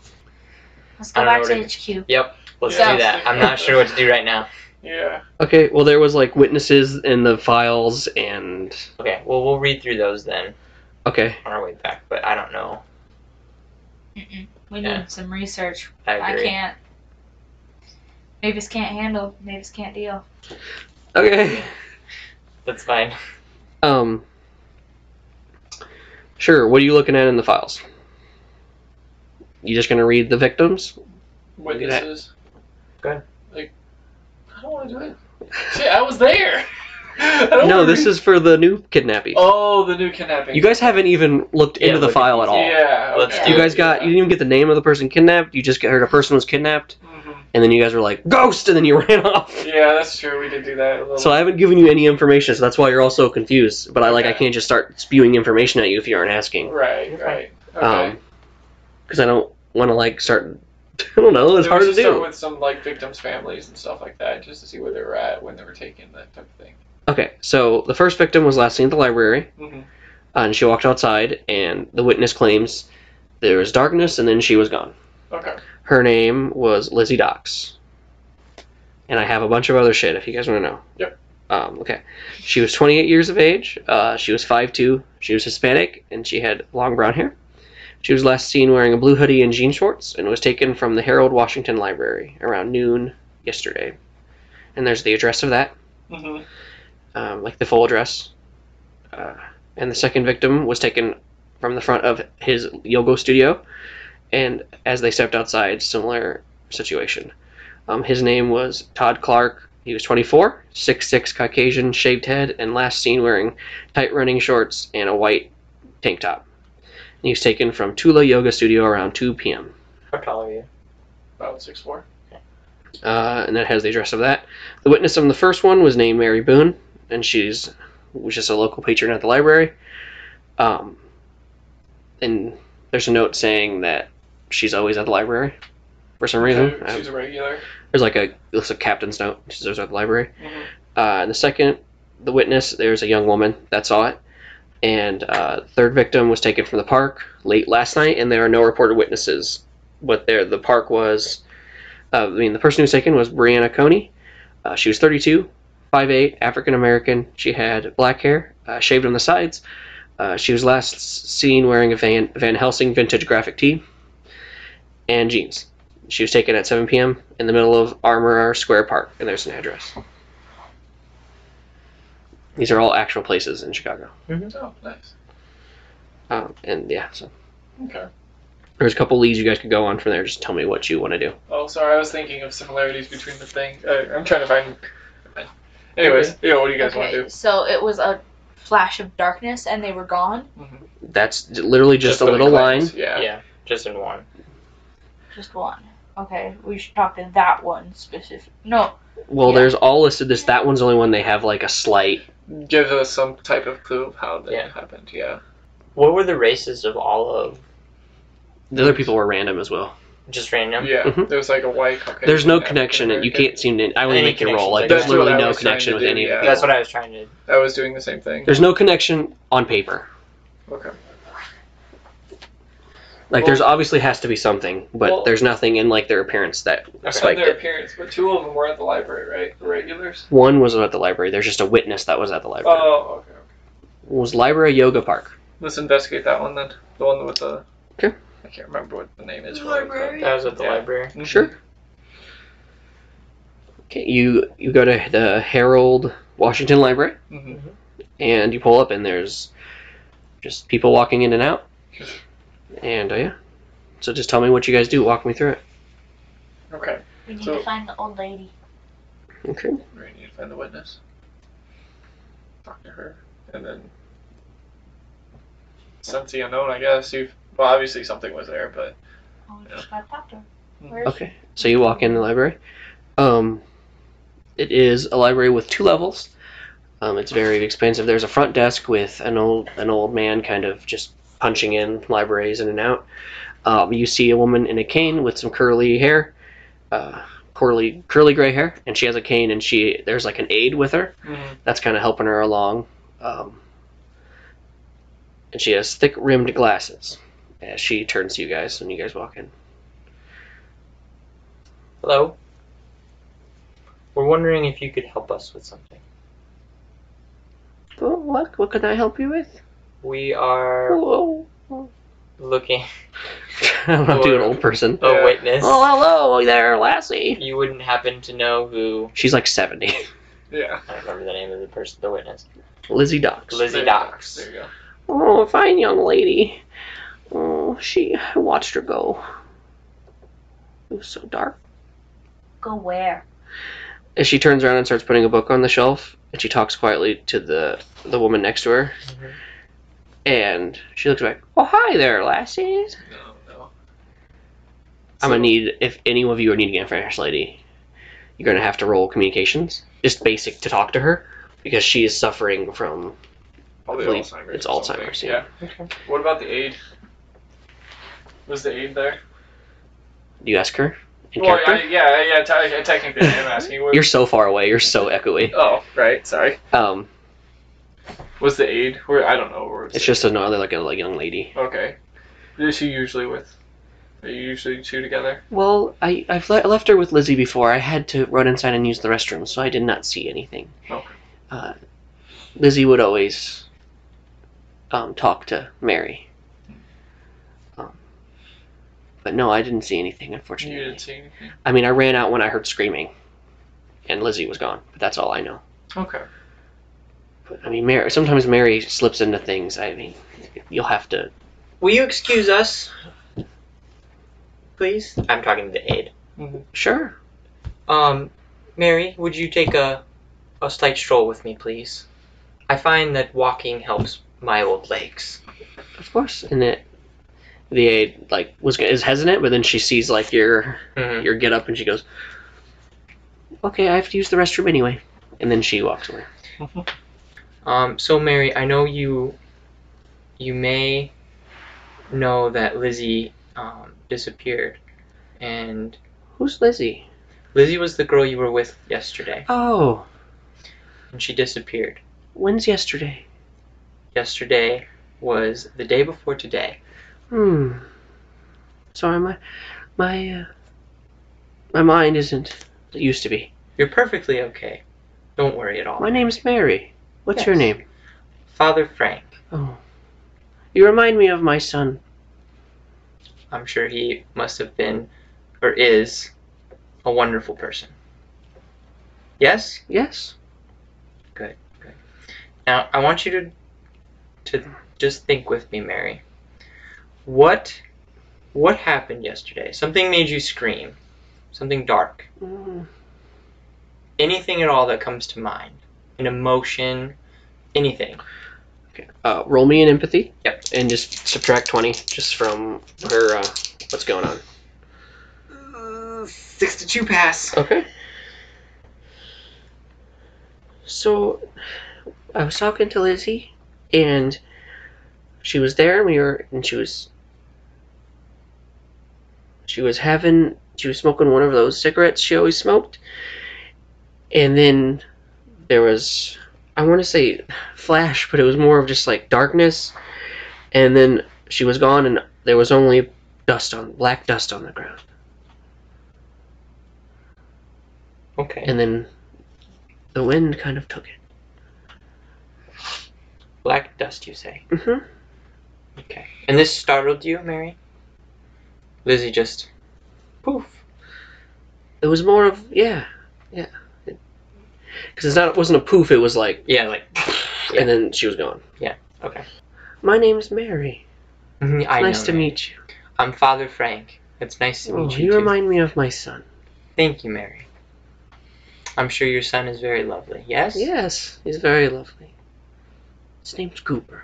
[SPEAKER 7] Let's
[SPEAKER 3] I don't
[SPEAKER 5] go
[SPEAKER 3] know
[SPEAKER 5] back
[SPEAKER 3] what
[SPEAKER 5] to
[SPEAKER 3] it-
[SPEAKER 5] HQ.
[SPEAKER 3] Yep. Let's
[SPEAKER 4] Yeah.
[SPEAKER 3] do that. I'm not sure what to do right now.
[SPEAKER 4] Yeah.
[SPEAKER 6] Okay, well there was like witnesses in the files and
[SPEAKER 3] Okay. Well, we'll read through those then
[SPEAKER 6] okay.
[SPEAKER 3] on our way back. But I don't know
[SPEAKER 7] Mm-mm. We need
[SPEAKER 3] Yeah.
[SPEAKER 7] some research.
[SPEAKER 3] I
[SPEAKER 7] I
[SPEAKER 3] agree.
[SPEAKER 7] can't. Mavis can't handle. Mavis can't deal.
[SPEAKER 6] Okay.
[SPEAKER 3] That's fine.
[SPEAKER 6] Um. Sure. What are you looking at in the files? You just gonna read the victims?
[SPEAKER 4] Witnesses.
[SPEAKER 3] Go ahead.
[SPEAKER 4] Like, I don't want to do it. Shit, I was there. I don't
[SPEAKER 6] No,
[SPEAKER 4] wanna
[SPEAKER 6] this
[SPEAKER 4] read-
[SPEAKER 6] is for the new kidnapping.
[SPEAKER 4] Oh, the new kidnapping.
[SPEAKER 6] You guys haven't even looked
[SPEAKER 3] Yeah,
[SPEAKER 6] into the
[SPEAKER 3] look at
[SPEAKER 6] file at all.
[SPEAKER 4] Yeah.
[SPEAKER 3] Let's
[SPEAKER 4] okay.
[SPEAKER 3] do
[SPEAKER 6] You guys got you didn't even get the name of the person kidnapped. You just heard a person was kidnapped,
[SPEAKER 4] Mhm.
[SPEAKER 6] and then you guys were like ghost, and then you ran off.
[SPEAKER 4] Yeah, that's true. We did do that a little.
[SPEAKER 6] So I haven't given you any information, so that's why you're all so confused. But I like I
[SPEAKER 4] Okay.
[SPEAKER 6] can't just start spewing information at you if you aren't asking.
[SPEAKER 4] right, right. Okay.
[SPEAKER 6] Um, because I don't want to like start. I don't know. It's
[SPEAKER 4] Maybe
[SPEAKER 6] hard to
[SPEAKER 4] just start
[SPEAKER 6] do.
[SPEAKER 4] with some like victims' families and stuff like that, just to see where they were at when they were taken, that type of thing.
[SPEAKER 6] Okay, so the first victim was last seen at the library,
[SPEAKER 4] Mhm.
[SPEAKER 3] Mm-hmm.
[SPEAKER 6] uh, and she walked outside, and the witness claims there was darkness, and then she was gone.
[SPEAKER 4] Okay.
[SPEAKER 6] Her name was Lizzie Dox. And I have a bunch of other shit if you guys want to know.
[SPEAKER 4] Yep.
[SPEAKER 6] Um, okay. She was 28 years of age. Uh, she was 5'2. She was Hispanic, and she had long brown hair. She was last seen wearing a blue hoodie and jean shorts and was taken from the Harold Washington Library around noon yesterday. And there's the address of that,
[SPEAKER 4] hmm
[SPEAKER 3] Mm-hmm.
[SPEAKER 6] um, like the full address. Uh, and the second victim was taken from the front of his yoga studio, and as they stepped outside, similar situation. Um, his name was Todd Clark. He was 24, 6'6 Caucasian, shaved head, and last seen wearing tight running shorts and a white tank top. And he was taken from Tula Yoga Studio around 2 p.m.
[SPEAKER 3] How tall are you?
[SPEAKER 4] About six four.
[SPEAKER 6] Uh, and that has the address of that. The witness on the first one was named Mary Boone, and she's was just a local patron at the library. Um, and there's a note saying that she's always at the library for some reason. I don't-
[SPEAKER 4] She's a regular.
[SPEAKER 6] there's like a there's a captain's note. She says at the library.
[SPEAKER 4] Mhm.
[SPEAKER 6] Uh, and the second, the witness, there's a young woman that saw it. And uh, third victim was taken from the park late last night, and there are no reported witnesses. But there, the park was. Uh, I mean, the person who was taken was Brianna Coney. Uh, she was 32, 5'8", African American. She had black hair, uh, shaved on the sides. Uh, she was last s- seen wearing a Van Van Helsing vintage graphic tee and jeans. She was taken at 7 p.m. in the middle of Armorer Square Park, and there's an address. These are all actual places in Chicago.
[SPEAKER 4] Oh, nice.
[SPEAKER 6] Um, and yeah, so
[SPEAKER 4] Okay.
[SPEAKER 6] there's a couple leads you guys could go on from there. Just tell me what you want to do.
[SPEAKER 4] Oh, sorry. I was thinking of similarities between the things. Uh, I'm trying to find. Anyways, yeah. What do you guys want to do?
[SPEAKER 7] So it was a flash of darkness, and they were gone.
[SPEAKER 6] That's literally just, a
[SPEAKER 4] the
[SPEAKER 6] little line.
[SPEAKER 4] claims, Yeah.
[SPEAKER 3] Yeah, just in one.
[SPEAKER 7] Just one. Okay, we should talk to that one specific. No,
[SPEAKER 6] Well,
[SPEAKER 7] Yeah.
[SPEAKER 6] there's all listed. This that one's the only one they have like a slight.
[SPEAKER 4] Gives us some type of clue of how that
[SPEAKER 3] Yeah.
[SPEAKER 4] happened. Yeah.
[SPEAKER 3] What were the races of all of?
[SPEAKER 6] The other people were random as well.
[SPEAKER 3] Just random.
[SPEAKER 4] Yeah.
[SPEAKER 6] Mhm.
[SPEAKER 4] There was like a white. Caucasian
[SPEAKER 6] There's no
[SPEAKER 4] African
[SPEAKER 6] connection, and you
[SPEAKER 4] American.
[SPEAKER 6] can't seem to. I wouldn't
[SPEAKER 3] Any
[SPEAKER 6] make you roll.
[SPEAKER 3] connections,
[SPEAKER 6] Like
[SPEAKER 3] like,
[SPEAKER 6] there's
[SPEAKER 3] that's what
[SPEAKER 6] literally
[SPEAKER 4] I
[SPEAKER 6] no
[SPEAKER 4] was trying
[SPEAKER 6] connection
[SPEAKER 4] to
[SPEAKER 6] with
[SPEAKER 4] do,
[SPEAKER 6] any
[SPEAKER 4] yeah.
[SPEAKER 6] of
[SPEAKER 3] That's
[SPEAKER 6] them.
[SPEAKER 3] what I was trying to.
[SPEAKER 4] I was doing the same thing.
[SPEAKER 6] There's no connection on paper.
[SPEAKER 4] Okay.
[SPEAKER 6] Like
[SPEAKER 4] Well-
[SPEAKER 6] there's obviously has to be something, but
[SPEAKER 4] Well-
[SPEAKER 6] there's nothing in like their appearance that
[SPEAKER 4] And
[SPEAKER 6] spiked
[SPEAKER 4] their
[SPEAKER 6] it.
[SPEAKER 4] appearance, but two of them were at the library, right? The regulars.
[SPEAKER 6] One was at the library. There's just a witness that was at the library.
[SPEAKER 4] Oh, okay. okay.
[SPEAKER 6] It was library yoga park?
[SPEAKER 4] Let's investigate that one then. The one with the.
[SPEAKER 6] Okay.
[SPEAKER 4] I can't remember what the name is. Mm-hmm. for it,
[SPEAKER 7] Library?
[SPEAKER 3] That was at the
[SPEAKER 4] Yeah.
[SPEAKER 3] library.
[SPEAKER 4] but-
[SPEAKER 6] Sure. Okay, you you go to the Harold Washington Library
[SPEAKER 4] Mhm.
[SPEAKER 6] and you pull up and there's just people walking in and out. And uh, yeah, so just tell me what you guys do. Walk me through it.
[SPEAKER 4] Okay.
[SPEAKER 5] We need
[SPEAKER 4] So-
[SPEAKER 5] to find the old lady.
[SPEAKER 6] Okay.
[SPEAKER 4] We need to find the witness. Talk to her, and then since the unknown, I guess you. Well, obviously something was there, but
[SPEAKER 5] Oh, we just got doctor.
[SPEAKER 4] Mhm.
[SPEAKER 5] Where is
[SPEAKER 6] Okay. So you walk in the library. Um, it is a library with two levels. Um, it's very expansive. There's a front desk with an old an old man kind of just punching in libraries in and out. Um, you see a woman in a cane with some curly hair, uh, curly curly gray hair, and she has a cane and she there's like an aide with her that's kind of helping her along. Um, and she has thick rimmed glasses as she turns to you guys when you guys walk in.
[SPEAKER 3] Hello. We're wondering if you could help us with something.
[SPEAKER 6] Oh, what? What can I help you with?
[SPEAKER 3] We are
[SPEAKER 6] Whoa.
[SPEAKER 3] looking.
[SPEAKER 6] I'm not doing
[SPEAKER 3] Or-
[SPEAKER 6] old person.
[SPEAKER 3] A
[SPEAKER 4] Yeah.
[SPEAKER 3] witness.
[SPEAKER 6] Oh, hello there, Lassie.
[SPEAKER 3] You wouldn't happen to know who.
[SPEAKER 6] She's like 70.
[SPEAKER 4] Yeah.
[SPEAKER 3] I don't remember the name of the person, the witness.
[SPEAKER 6] Lizzie Docks.
[SPEAKER 3] Lizzie
[SPEAKER 4] There you go.
[SPEAKER 3] Docks.
[SPEAKER 4] There you go.
[SPEAKER 6] Oh, a fine young lady. Oh, she. I watched her go. It was so dark.
[SPEAKER 5] Go where?
[SPEAKER 6] And she turns around and starts putting a book on the shelf, and she talks quietly to the the woman next to her.
[SPEAKER 3] Mhm.
[SPEAKER 6] And she looks back. Oh, hi there, lassies.
[SPEAKER 4] No, no.
[SPEAKER 6] I'm
[SPEAKER 4] So-
[SPEAKER 6] gonna need if any of you are needing a French lady, you're gonna have to roll communications, just basic to talk to her, because she is suffering from
[SPEAKER 4] Probably
[SPEAKER 6] Probably
[SPEAKER 4] Alzheimer's.
[SPEAKER 6] it's
[SPEAKER 4] or something.
[SPEAKER 6] Alzheimer's,
[SPEAKER 4] Yeah. What about the aid? Was the aid there?
[SPEAKER 6] Do you ask her in
[SPEAKER 4] Well, I,
[SPEAKER 6] character?
[SPEAKER 4] yeah, yeah. T- technically, I am asking. What,
[SPEAKER 6] You're so far away. You're so echoey.
[SPEAKER 4] oh, right. Sorry.
[SPEAKER 6] Um,
[SPEAKER 4] Was the aid? Where I don't know. Where
[SPEAKER 6] it's just another like a like, young lady.
[SPEAKER 4] okay. Who is she usually with? Are you usually two together?
[SPEAKER 6] Well, I I've le- left her with Lizzie before. I had to run inside and use the restroom, so I did not see anything.
[SPEAKER 4] Okay.
[SPEAKER 6] Uh, Lizzie would always um, talk to Mary. Um, but no, I didn't see anything,
[SPEAKER 4] You
[SPEAKER 6] unfortunately.
[SPEAKER 4] didn't see anything.
[SPEAKER 6] I mean, I ran out when I heard screaming, and Lizzie was gone. But that's all I know.
[SPEAKER 4] Okay.
[SPEAKER 6] But, I mean, Mary. Sometimes Mary slips into things. I mean, you'll have to.
[SPEAKER 3] Will you excuse us, please? I'm talking to the aide.
[SPEAKER 6] Sure.
[SPEAKER 3] Um, Mary, would you take a a slight stroll with me, please? I find that walking helps my old legs.
[SPEAKER 6] Of course, and it the aide like was g- is hesitant, but then she sees like your
[SPEAKER 3] Mhm.
[SPEAKER 6] your get up, and she goes, "Okay, I have to use the restroom anyway," and then she walks away.
[SPEAKER 3] Um, so Mary, I know you you may know that Lizzie um, disappeared, and
[SPEAKER 6] Who's Lizzie?
[SPEAKER 3] Lizzie was the girl you were with yesterday,
[SPEAKER 6] Oh,
[SPEAKER 3] and she disappeared.
[SPEAKER 6] when's yesterday?
[SPEAKER 3] Yesterday was the day before today.
[SPEAKER 6] Hmm. Sorry, my my uh, my mind isn't it used to be.
[SPEAKER 3] You're perfectly okay. Don't worry at all.
[SPEAKER 6] My name's Mary. What's your
[SPEAKER 3] Yes.
[SPEAKER 6] name?
[SPEAKER 3] Father Frank.
[SPEAKER 6] Oh, you remind me of my son.
[SPEAKER 3] I'm sure he must have been, or is, a wonderful person. Yes.
[SPEAKER 6] Yes.
[SPEAKER 3] Now I want you to to just think with me, Mary. What what happened yesterday? Something made you scream. Something dark.
[SPEAKER 6] Mm.
[SPEAKER 3] Anything at all that comes to mind. An emotion. Anything.
[SPEAKER 6] Okay. Uh, roll me an empathy.
[SPEAKER 3] Yep.
[SPEAKER 6] And just subtract twenty, just from her. Uh, what's going on?
[SPEAKER 3] Six to two pass.
[SPEAKER 6] Okay. So, I was talking to Lizzie, and she was there, and we were, and she was, she was having, she was smoking one of those cigarettes she always smoked, and then there was, I want to say, flash, but it was more of just like darkness, and then she was gone, and there was only dust on, black dust on the ground.
[SPEAKER 3] Okay.
[SPEAKER 6] and then the wind kind of took it.
[SPEAKER 3] Black dust, you say.
[SPEAKER 6] Mm-hmm.
[SPEAKER 3] Okay. And this startled you, Mary? Lizzie just poof.
[SPEAKER 6] It was more of yeah, yeah, because it's not it wasn't a poof. It was like,
[SPEAKER 3] Yeah, like Yeah.
[SPEAKER 6] and then she was gone.
[SPEAKER 3] okay.
[SPEAKER 6] My name's Mary.
[SPEAKER 3] Mhm, I
[SPEAKER 6] nice
[SPEAKER 3] know,
[SPEAKER 6] to
[SPEAKER 3] Mary.
[SPEAKER 6] meet you.
[SPEAKER 3] I'm Father Frank. It's nice to
[SPEAKER 6] Oh,
[SPEAKER 3] meet you.
[SPEAKER 6] you
[SPEAKER 3] too.
[SPEAKER 6] remind me of my son.
[SPEAKER 3] Thank you, Mary. I'm sure your son is very lovely. Yes?
[SPEAKER 6] Yes, he's very lovely. His name's Cooper.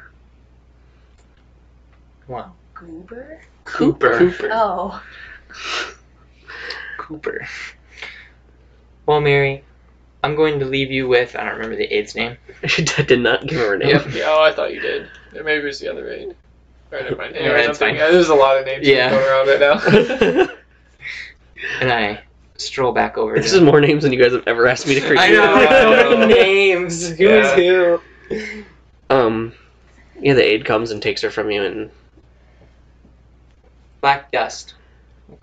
[SPEAKER 3] Wow.
[SPEAKER 7] Goober?
[SPEAKER 6] Cooper.
[SPEAKER 3] Cooper.
[SPEAKER 7] Oh.
[SPEAKER 3] Cooper. Well, Mary, I'm going to leave you with I don't remember the aide's name.
[SPEAKER 6] She did not give her a name.
[SPEAKER 4] Yep. yeah, oh, I thought you did. Yeah, Maybe it was the other aid. All right, never mind. Anyway,
[SPEAKER 3] Alright,
[SPEAKER 4] I'm
[SPEAKER 3] it's fine.
[SPEAKER 4] thinking- There's a lot of names
[SPEAKER 3] Yeah.
[SPEAKER 4] going around right now.
[SPEAKER 3] And I stroll back over.
[SPEAKER 6] this
[SPEAKER 3] to-
[SPEAKER 6] is more names than you guys have ever asked me to create.
[SPEAKER 3] I know.
[SPEAKER 4] I
[SPEAKER 3] so
[SPEAKER 4] know.
[SPEAKER 3] many names. Who's
[SPEAKER 4] Yeah.
[SPEAKER 3] who?
[SPEAKER 6] um, yeah, the aide comes and takes her from you, and
[SPEAKER 3] Black dust.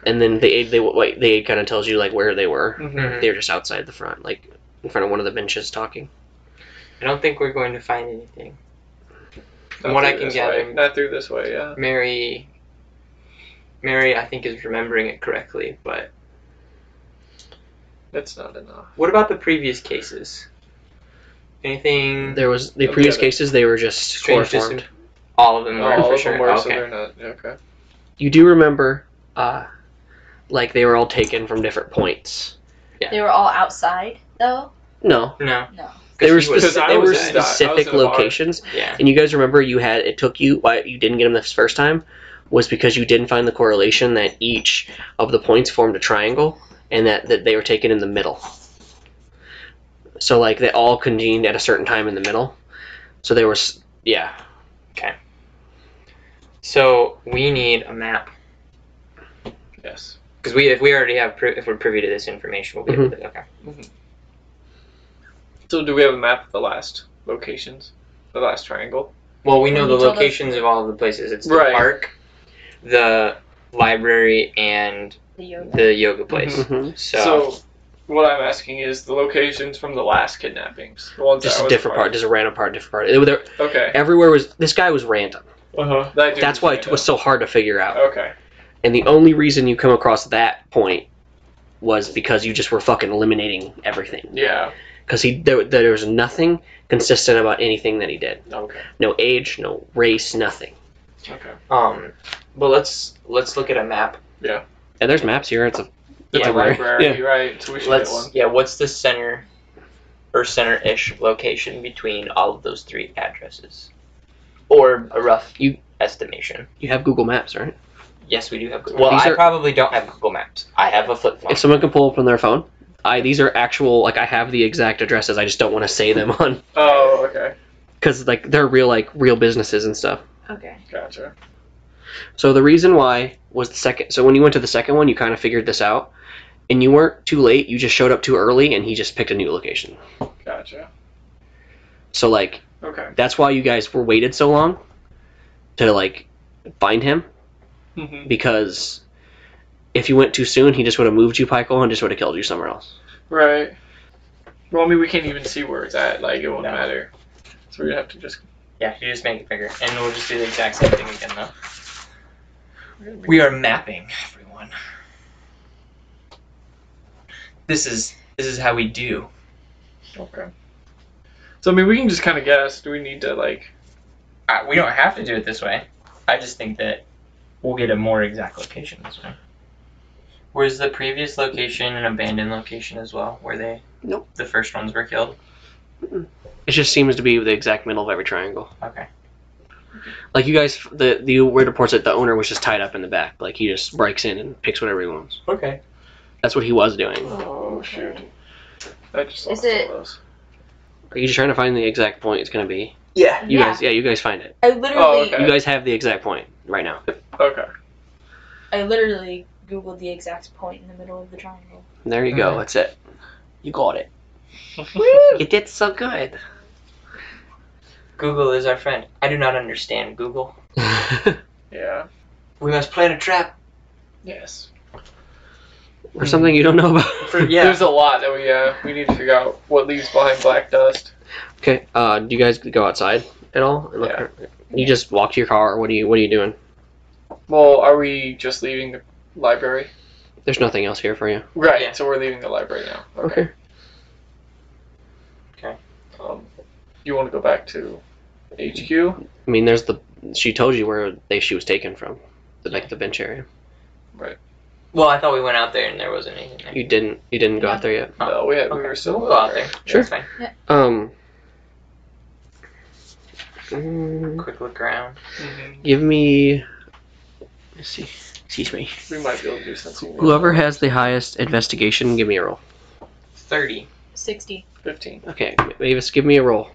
[SPEAKER 6] and then the aide they wait, the aide kind of tells you like where they were.
[SPEAKER 4] Mm-hmm.
[SPEAKER 3] Mhm.
[SPEAKER 6] They were just outside the front, like in front of one of the benches talking.
[SPEAKER 3] I don't think we're going to find anything.
[SPEAKER 4] Not
[SPEAKER 3] what I
[SPEAKER 4] through
[SPEAKER 3] can
[SPEAKER 4] this
[SPEAKER 3] gather-
[SPEAKER 4] way. Not through this way, yeah.
[SPEAKER 3] Mary Mary, I think, is remembering it correctly, but
[SPEAKER 4] That's not enough.
[SPEAKER 3] what about the previous cases? Anything?
[SPEAKER 6] There was the
[SPEAKER 4] Okay,
[SPEAKER 6] previous
[SPEAKER 4] that-
[SPEAKER 6] cases; they were just
[SPEAKER 3] strange dis-
[SPEAKER 6] chloroformed.
[SPEAKER 3] All of them
[SPEAKER 4] Oh,
[SPEAKER 3] were
[SPEAKER 4] all
[SPEAKER 3] for
[SPEAKER 4] of
[SPEAKER 3] sure.
[SPEAKER 4] them were, so
[SPEAKER 3] okay.
[SPEAKER 4] they're not. Okay.
[SPEAKER 6] You do remember, uh, like they were all taken from different points.
[SPEAKER 7] They were all outside, though.
[SPEAKER 6] No,
[SPEAKER 3] No.
[SPEAKER 7] No.
[SPEAKER 6] they were
[SPEAKER 3] he was-
[SPEAKER 6] specific.
[SPEAKER 4] I
[SPEAKER 6] They were
[SPEAKER 4] was at- I was
[SPEAKER 6] specific
[SPEAKER 4] at a bar.
[SPEAKER 6] locations,
[SPEAKER 3] Yeah.
[SPEAKER 6] and you guys remember you had it took you why you didn't get them this first time was because you didn't find the correlation that each of the points formed a triangle and that that they were taken in the middle. So like they all congened at a certain time in the middle. So there was yeah.
[SPEAKER 3] So we need a map
[SPEAKER 4] Yes.
[SPEAKER 3] because we if we already have pri- if we're privy to this information, we'll be able
[SPEAKER 4] Mm-hmm.
[SPEAKER 3] to. Okay.
[SPEAKER 4] So do we have a map of the last locations? The last triangle?
[SPEAKER 3] Well, we know the
[SPEAKER 7] Tell us-
[SPEAKER 3] locations of all of the places. It's the
[SPEAKER 4] Mm-hmm. Right.
[SPEAKER 3] park, the library, and
[SPEAKER 7] The yoga.
[SPEAKER 3] the yoga place.
[SPEAKER 4] Mm-hmm.
[SPEAKER 6] Mhm.
[SPEAKER 3] So,
[SPEAKER 4] So what I'm asking is the locations from the last kidnappings. The ones
[SPEAKER 6] Just
[SPEAKER 4] that I
[SPEAKER 6] a
[SPEAKER 4] was
[SPEAKER 6] different
[SPEAKER 4] part
[SPEAKER 6] part,
[SPEAKER 4] of.
[SPEAKER 6] just a random part, different part. It, was- there,
[SPEAKER 4] Okay.
[SPEAKER 6] everywhere was this guy was random.
[SPEAKER 4] Uh-huh. That dude
[SPEAKER 6] That's why it
[SPEAKER 4] random.
[SPEAKER 6] was so hard to figure out.
[SPEAKER 4] Okay.
[SPEAKER 6] And the only reason you come across that point was because you just were fucking eliminating everything.
[SPEAKER 4] Yeah.
[SPEAKER 6] because he there, there was nothing consistent about anything that he did.
[SPEAKER 4] Okay.
[SPEAKER 6] No age, no race, nothing.
[SPEAKER 4] Okay.
[SPEAKER 3] um, but let's let's look at a map.
[SPEAKER 6] And there's maps here. It's a
[SPEAKER 4] It's
[SPEAKER 6] Yeah,
[SPEAKER 4] a
[SPEAKER 6] right.
[SPEAKER 4] library,
[SPEAKER 6] Yeah.
[SPEAKER 4] right? So we should get one.
[SPEAKER 3] Let's yeah. What's the center or center-ish location between all of those three addresses, or a rough
[SPEAKER 6] You-
[SPEAKER 3] estimation?
[SPEAKER 6] you have Google Maps, right?
[SPEAKER 3] Yes, we do have. Google. Well,
[SPEAKER 6] These
[SPEAKER 3] I
[SPEAKER 6] are-
[SPEAKER 3] probably don't have Google Maps. I have a flip phone.
[SPEAKER 6] If someone can pull up on their phone, I these are actual like I have the exact addresses. I just don't want to say them on
[SPEAKER 4] Oh, okay.
[SPEAKER 6] because like they're real like real businesses and stuff.
[SPEAKER 7] Okay.
[SPEAKER 4] Gotcha.
[SPEAKER 6] So the reason why was the second. So when you went to the second one, you kind of figured this out, and you weren't too late. You just showed up too early, and he just picked a new location.
[SPEAKER 4] Gotcha.
[SPEAKER 6] So like
[SPEAKER 4] Okay.
[SPEAKER 6] that's why you guys were waited so long to like find him
[SPEAKER 3] Mm-hmm.
[SPEAKER 4] hmm
[SPEAKER 6] because if you went too soon, he just would have moved you, Pykel, and just would have killed you somewhere else.
[SPEAKER 4] Right. Well, I mean, we can't even see where it's at. Like, it won't
[SPEAKER 3] No.
[SPEAKER 4] matter. So we'd have to just.
[SPEAKER 3] Yeah, you just make it bigger, and we'll just do the exact same thing again, though. We are mapping everyone. This is this is how we do.
[SPEAKER 4] Okay. So I mean, we can just kind of guess. Do we need to like?
[SPEAKER 3] Uh, we don't have to do it this way. I just think that we'll get a more exact location this way. Was the previous location an abandoned location as well, where they
[SPEAKER 6] Nope.
[SPEAKER 3] the first ones were killed?
[SPEAKER 6] It just seems to be the exact middle of every triangle.
[SPEAKER 3] Okay.
[SPEAKER 6] Like you guys, the the weird reports that the owner was just tied up in the back. Like he just breaks in and picks whatever he wants.
[SPEAKER 3] Okay.
[SPEAKER 6] That's what he was doing.
[SPEAKER 4] Oh shoot! I just
[SPEAKER 7] Is
[SPEAKER 4] lost
[SPEAKER 7] it-
[SPEAKER 4] all those.
[SPEAKER 6] Are you just trying to find the exact point? It's gonna be
[SPEAKER 3] Yeah.
[SPEAKER 6] you
[SPEAKER 7] yeah.
[SPEAKER 6] guys. Yeah, you guys find it.
[SPEAKER 7] I literally,
[SPEAKER 4] Oh, okay.
[SPEAKER 6] You guys have the exact point right now.
[SPEAKER 4] Okay.
[SPEAKER 7] I literally googled the exact point in the middle of the triangle.
[SPEAKER 6] There you go.
[SPEAKER 3] Mhm.
[SPEAKER 6] That's it. You got it. You did so good.
[SPEAKER 3] Google is our friend. I do not understand Google.
[SPEAKER 4] yeah.
[SPEAKER 3] We must plan a trap.
[SPEAKER 4] Yes.
[SPEAKER 6] or something you don't know
[SPEAKER 3] For,
[SPEAKER 6] about.
[SPEAKER 3] yeah.
[SPEAKER 4] There's a lot that we uh we need to figure out what leaves behind black dust.
[SPEAKER 6] Okay. Uh, do you guys go outside at all? And look
[SPEAKER 4] Yeah.
[SPEAKER 6] You just walk to your car. What are you What are you doing?
[SPEAKER 4] Well, are we just leaving the library?
[SPEAKER 6] There's nothing else here for you.
[SPEAKER 4] Right.
[SPEAKER 3] Yeah.
[SPEAKER 4] So we're leaving the library now. Um, you want to go back to HQ?
[SPEAKER 6] I mean, there's the. She told you where they she was taken from, the, like the bench area.
[SPEAKER 4] Right.
[SPEAKER 3] Well, I thought we went out there and there wasn't anything there.
[SPEAKER 6] You didn't. You didn't go
[SPEAKER 7] Yeah.
[SPEAKER 6] out there yet.
[SPEAKER 4] No, we had, we
[SPEAKER 3] Uh, Okay.
[SPEAKER 4] were still
[SPEAKER 3] We'll go out there.
[SPEAKER 6] Sure.
[SPEAKER 3] That's fine.
[SPEAKER 6] Um. mm,
[SPEAKER 3] Quick look around. Mm-hmm.
[SPEAKER 4] Mhm.
[SPEAKER 6] Give me. Let's see. Excuse me.
[SPEAKER 4] We might be able to do something.
[SPEAKER 6] Whoever has the highest investigation, give me a roll.
[SPEAKER 3] Thirty.
[SPEAKER 7] Sixty.
[SPEAKER 4] Fifteen.
[SPEAKER 6] Okay, Mavis, give me a roll.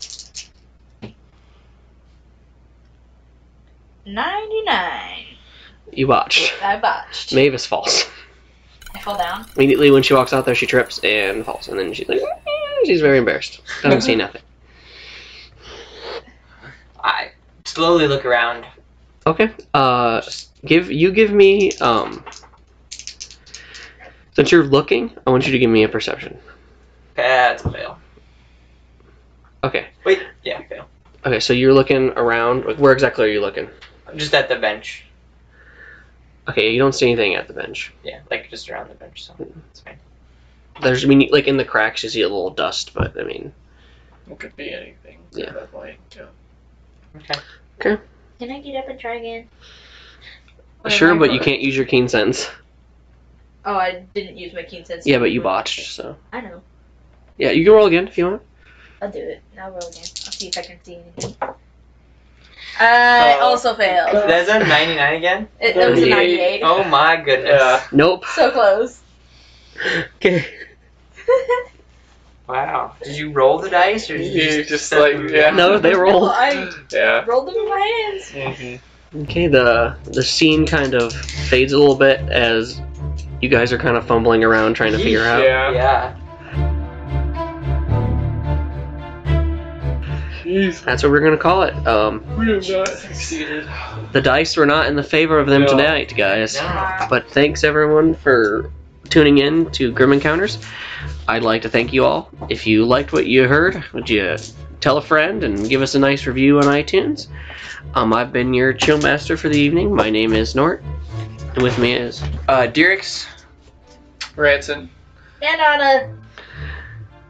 [SPEAKER 7] Ninety-nine.
[SPEAKER 6] You botched.
[SPEAKER 7] I botched.
[SPEAKER 6] Mavis falls.
[SPEAKER 7] I fell down.
[SPEAKER 6] Immediately when she walks out there, she trips and falls, and then she's like, "Mm, she's very embarrassed. Doesn't say nothing.
[SPEAKER 3] I slowly look around.
[SPEAKER 6] Okay. Uh, give you give me um. Since you're looking, I want you to give me a perception.
[SPEAKER 3] That's a fail.
[SPEAKER 6] Okay.
[SPEAKER 3] Wait. Yeah, fail.
[SPEAKER 6] Okay. So you're looking around. Like, where exactly are you looking?
[SPEAKER 3] I'm just at the bench.
[SPEAKER 6] Okay, you don't see anything at the bench.
[SPEAKER 3] Yeah, like just around the bench, so it's fine.
[SPEAKER 6] There's, I mean, like in the cracks, you see a little dust, but I mean,
[SPEAKER 4] It could be anything. um,
[SPEAKER 6] Yeah.
[SPEAKER 4] That might, yeah.
[SPEAKER 3] Okay.
[SPEAKER 5] Can I get up and try again?
[SPEAKER 7] What am
[SPEAKER 6] sure,
[SPEAKER 7] I
[SPEAKER 6] but you
[SPEAKER 7] for?
[SPEAKER 6] can't use your keen sense.
[SPEAKER 7] Oh, I didn't use my keen sense.
[SPEAKER 6] Yeah, but you botched, so
[SPEAKER 7] I know.
[SPEAKER 6] yeah, you can roll again if you want.
[SPEAKER 7] I'll do it. I'll roll again. I'll see if I can see anything. I
[SPEAKER 6] Uh,
[SPEAKER 3] Oh,
[SPEAKER 7] Uh, also
[SPEAKER 4] Uh,
[SPEAKER 7] failed.
[SPEAKER 3] That's a 99 again?
[SPEAKER 7] It, it was a 98.
[SPEAKER 3] Oh my goodness.
[SPEAKER 4] Yeah.
[SPEAKER 6] Nope.
[SPEAKER 7] So close.
[SPEAKER 6] Okay.
[SPEAKER 3] Wow. Did you roll the dice or did you
[SPEAKER 4] You
[SPEAKER 3] just,
[SPEAKER 4] just,
[SPEAKER 3] set
[SPEAKER 4] like,
[SPEAKER 3] them
[SPEAKER 4] yeah.
[SPEAKER 3] down?
[SPEAKER 6] No, they rolled.
[SPEAKER 7] Well, I
[SPEAKER 4] Yeah.
[SPEAKER 7] rolled them in my hands.
[SPEAKER 4] Mm-hmm.
[SPEAKER 6] Okay, the the scene kind of fades a little bit as you guys are kind of fumbling around trying to figure out.
[SPEAKER 4] Yeah.
[SPEAKER 3] Yeah.
[SPEAKER 4] Jeez.
[SPEAKER 6] That's what we're gonna call it. Um,
[SPEAKER 4] We have not succeeded.
[SPEAKER 6] the dice were not in the favor of them
[SPEAKER 4] No.
[SPEAKER 6] tonight, guys.
[SPEAKER 3] No.
[SPEAKER 6] But thanks everyone for tuning in to Grim Encounters. I'd like to thank you all. If you liked what you heard, would you tell a friend and give us a nice review on iTunes? Um, I've been your chill master for the evening. My name is Nort, and with me is
[SPEAKER 3] Uh, Derek's.
[SPEAKER 4] Ranson.
[SPEAKER 5] And on a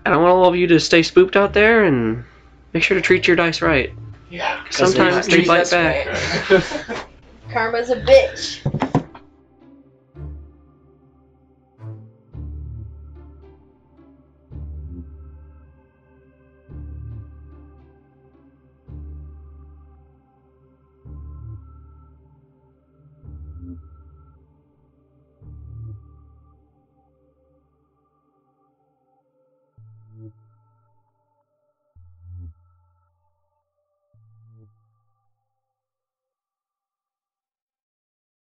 [SPEAKER 6] And I want all of you to stay spooked out there and make sure to treat your dice right.
[SPEAKER 4] Yeah.
[SPEAKER 6] Sometimes they bite back.
[SPEAKER 4] Right.
[SPEAKER 5] karma's a bitch.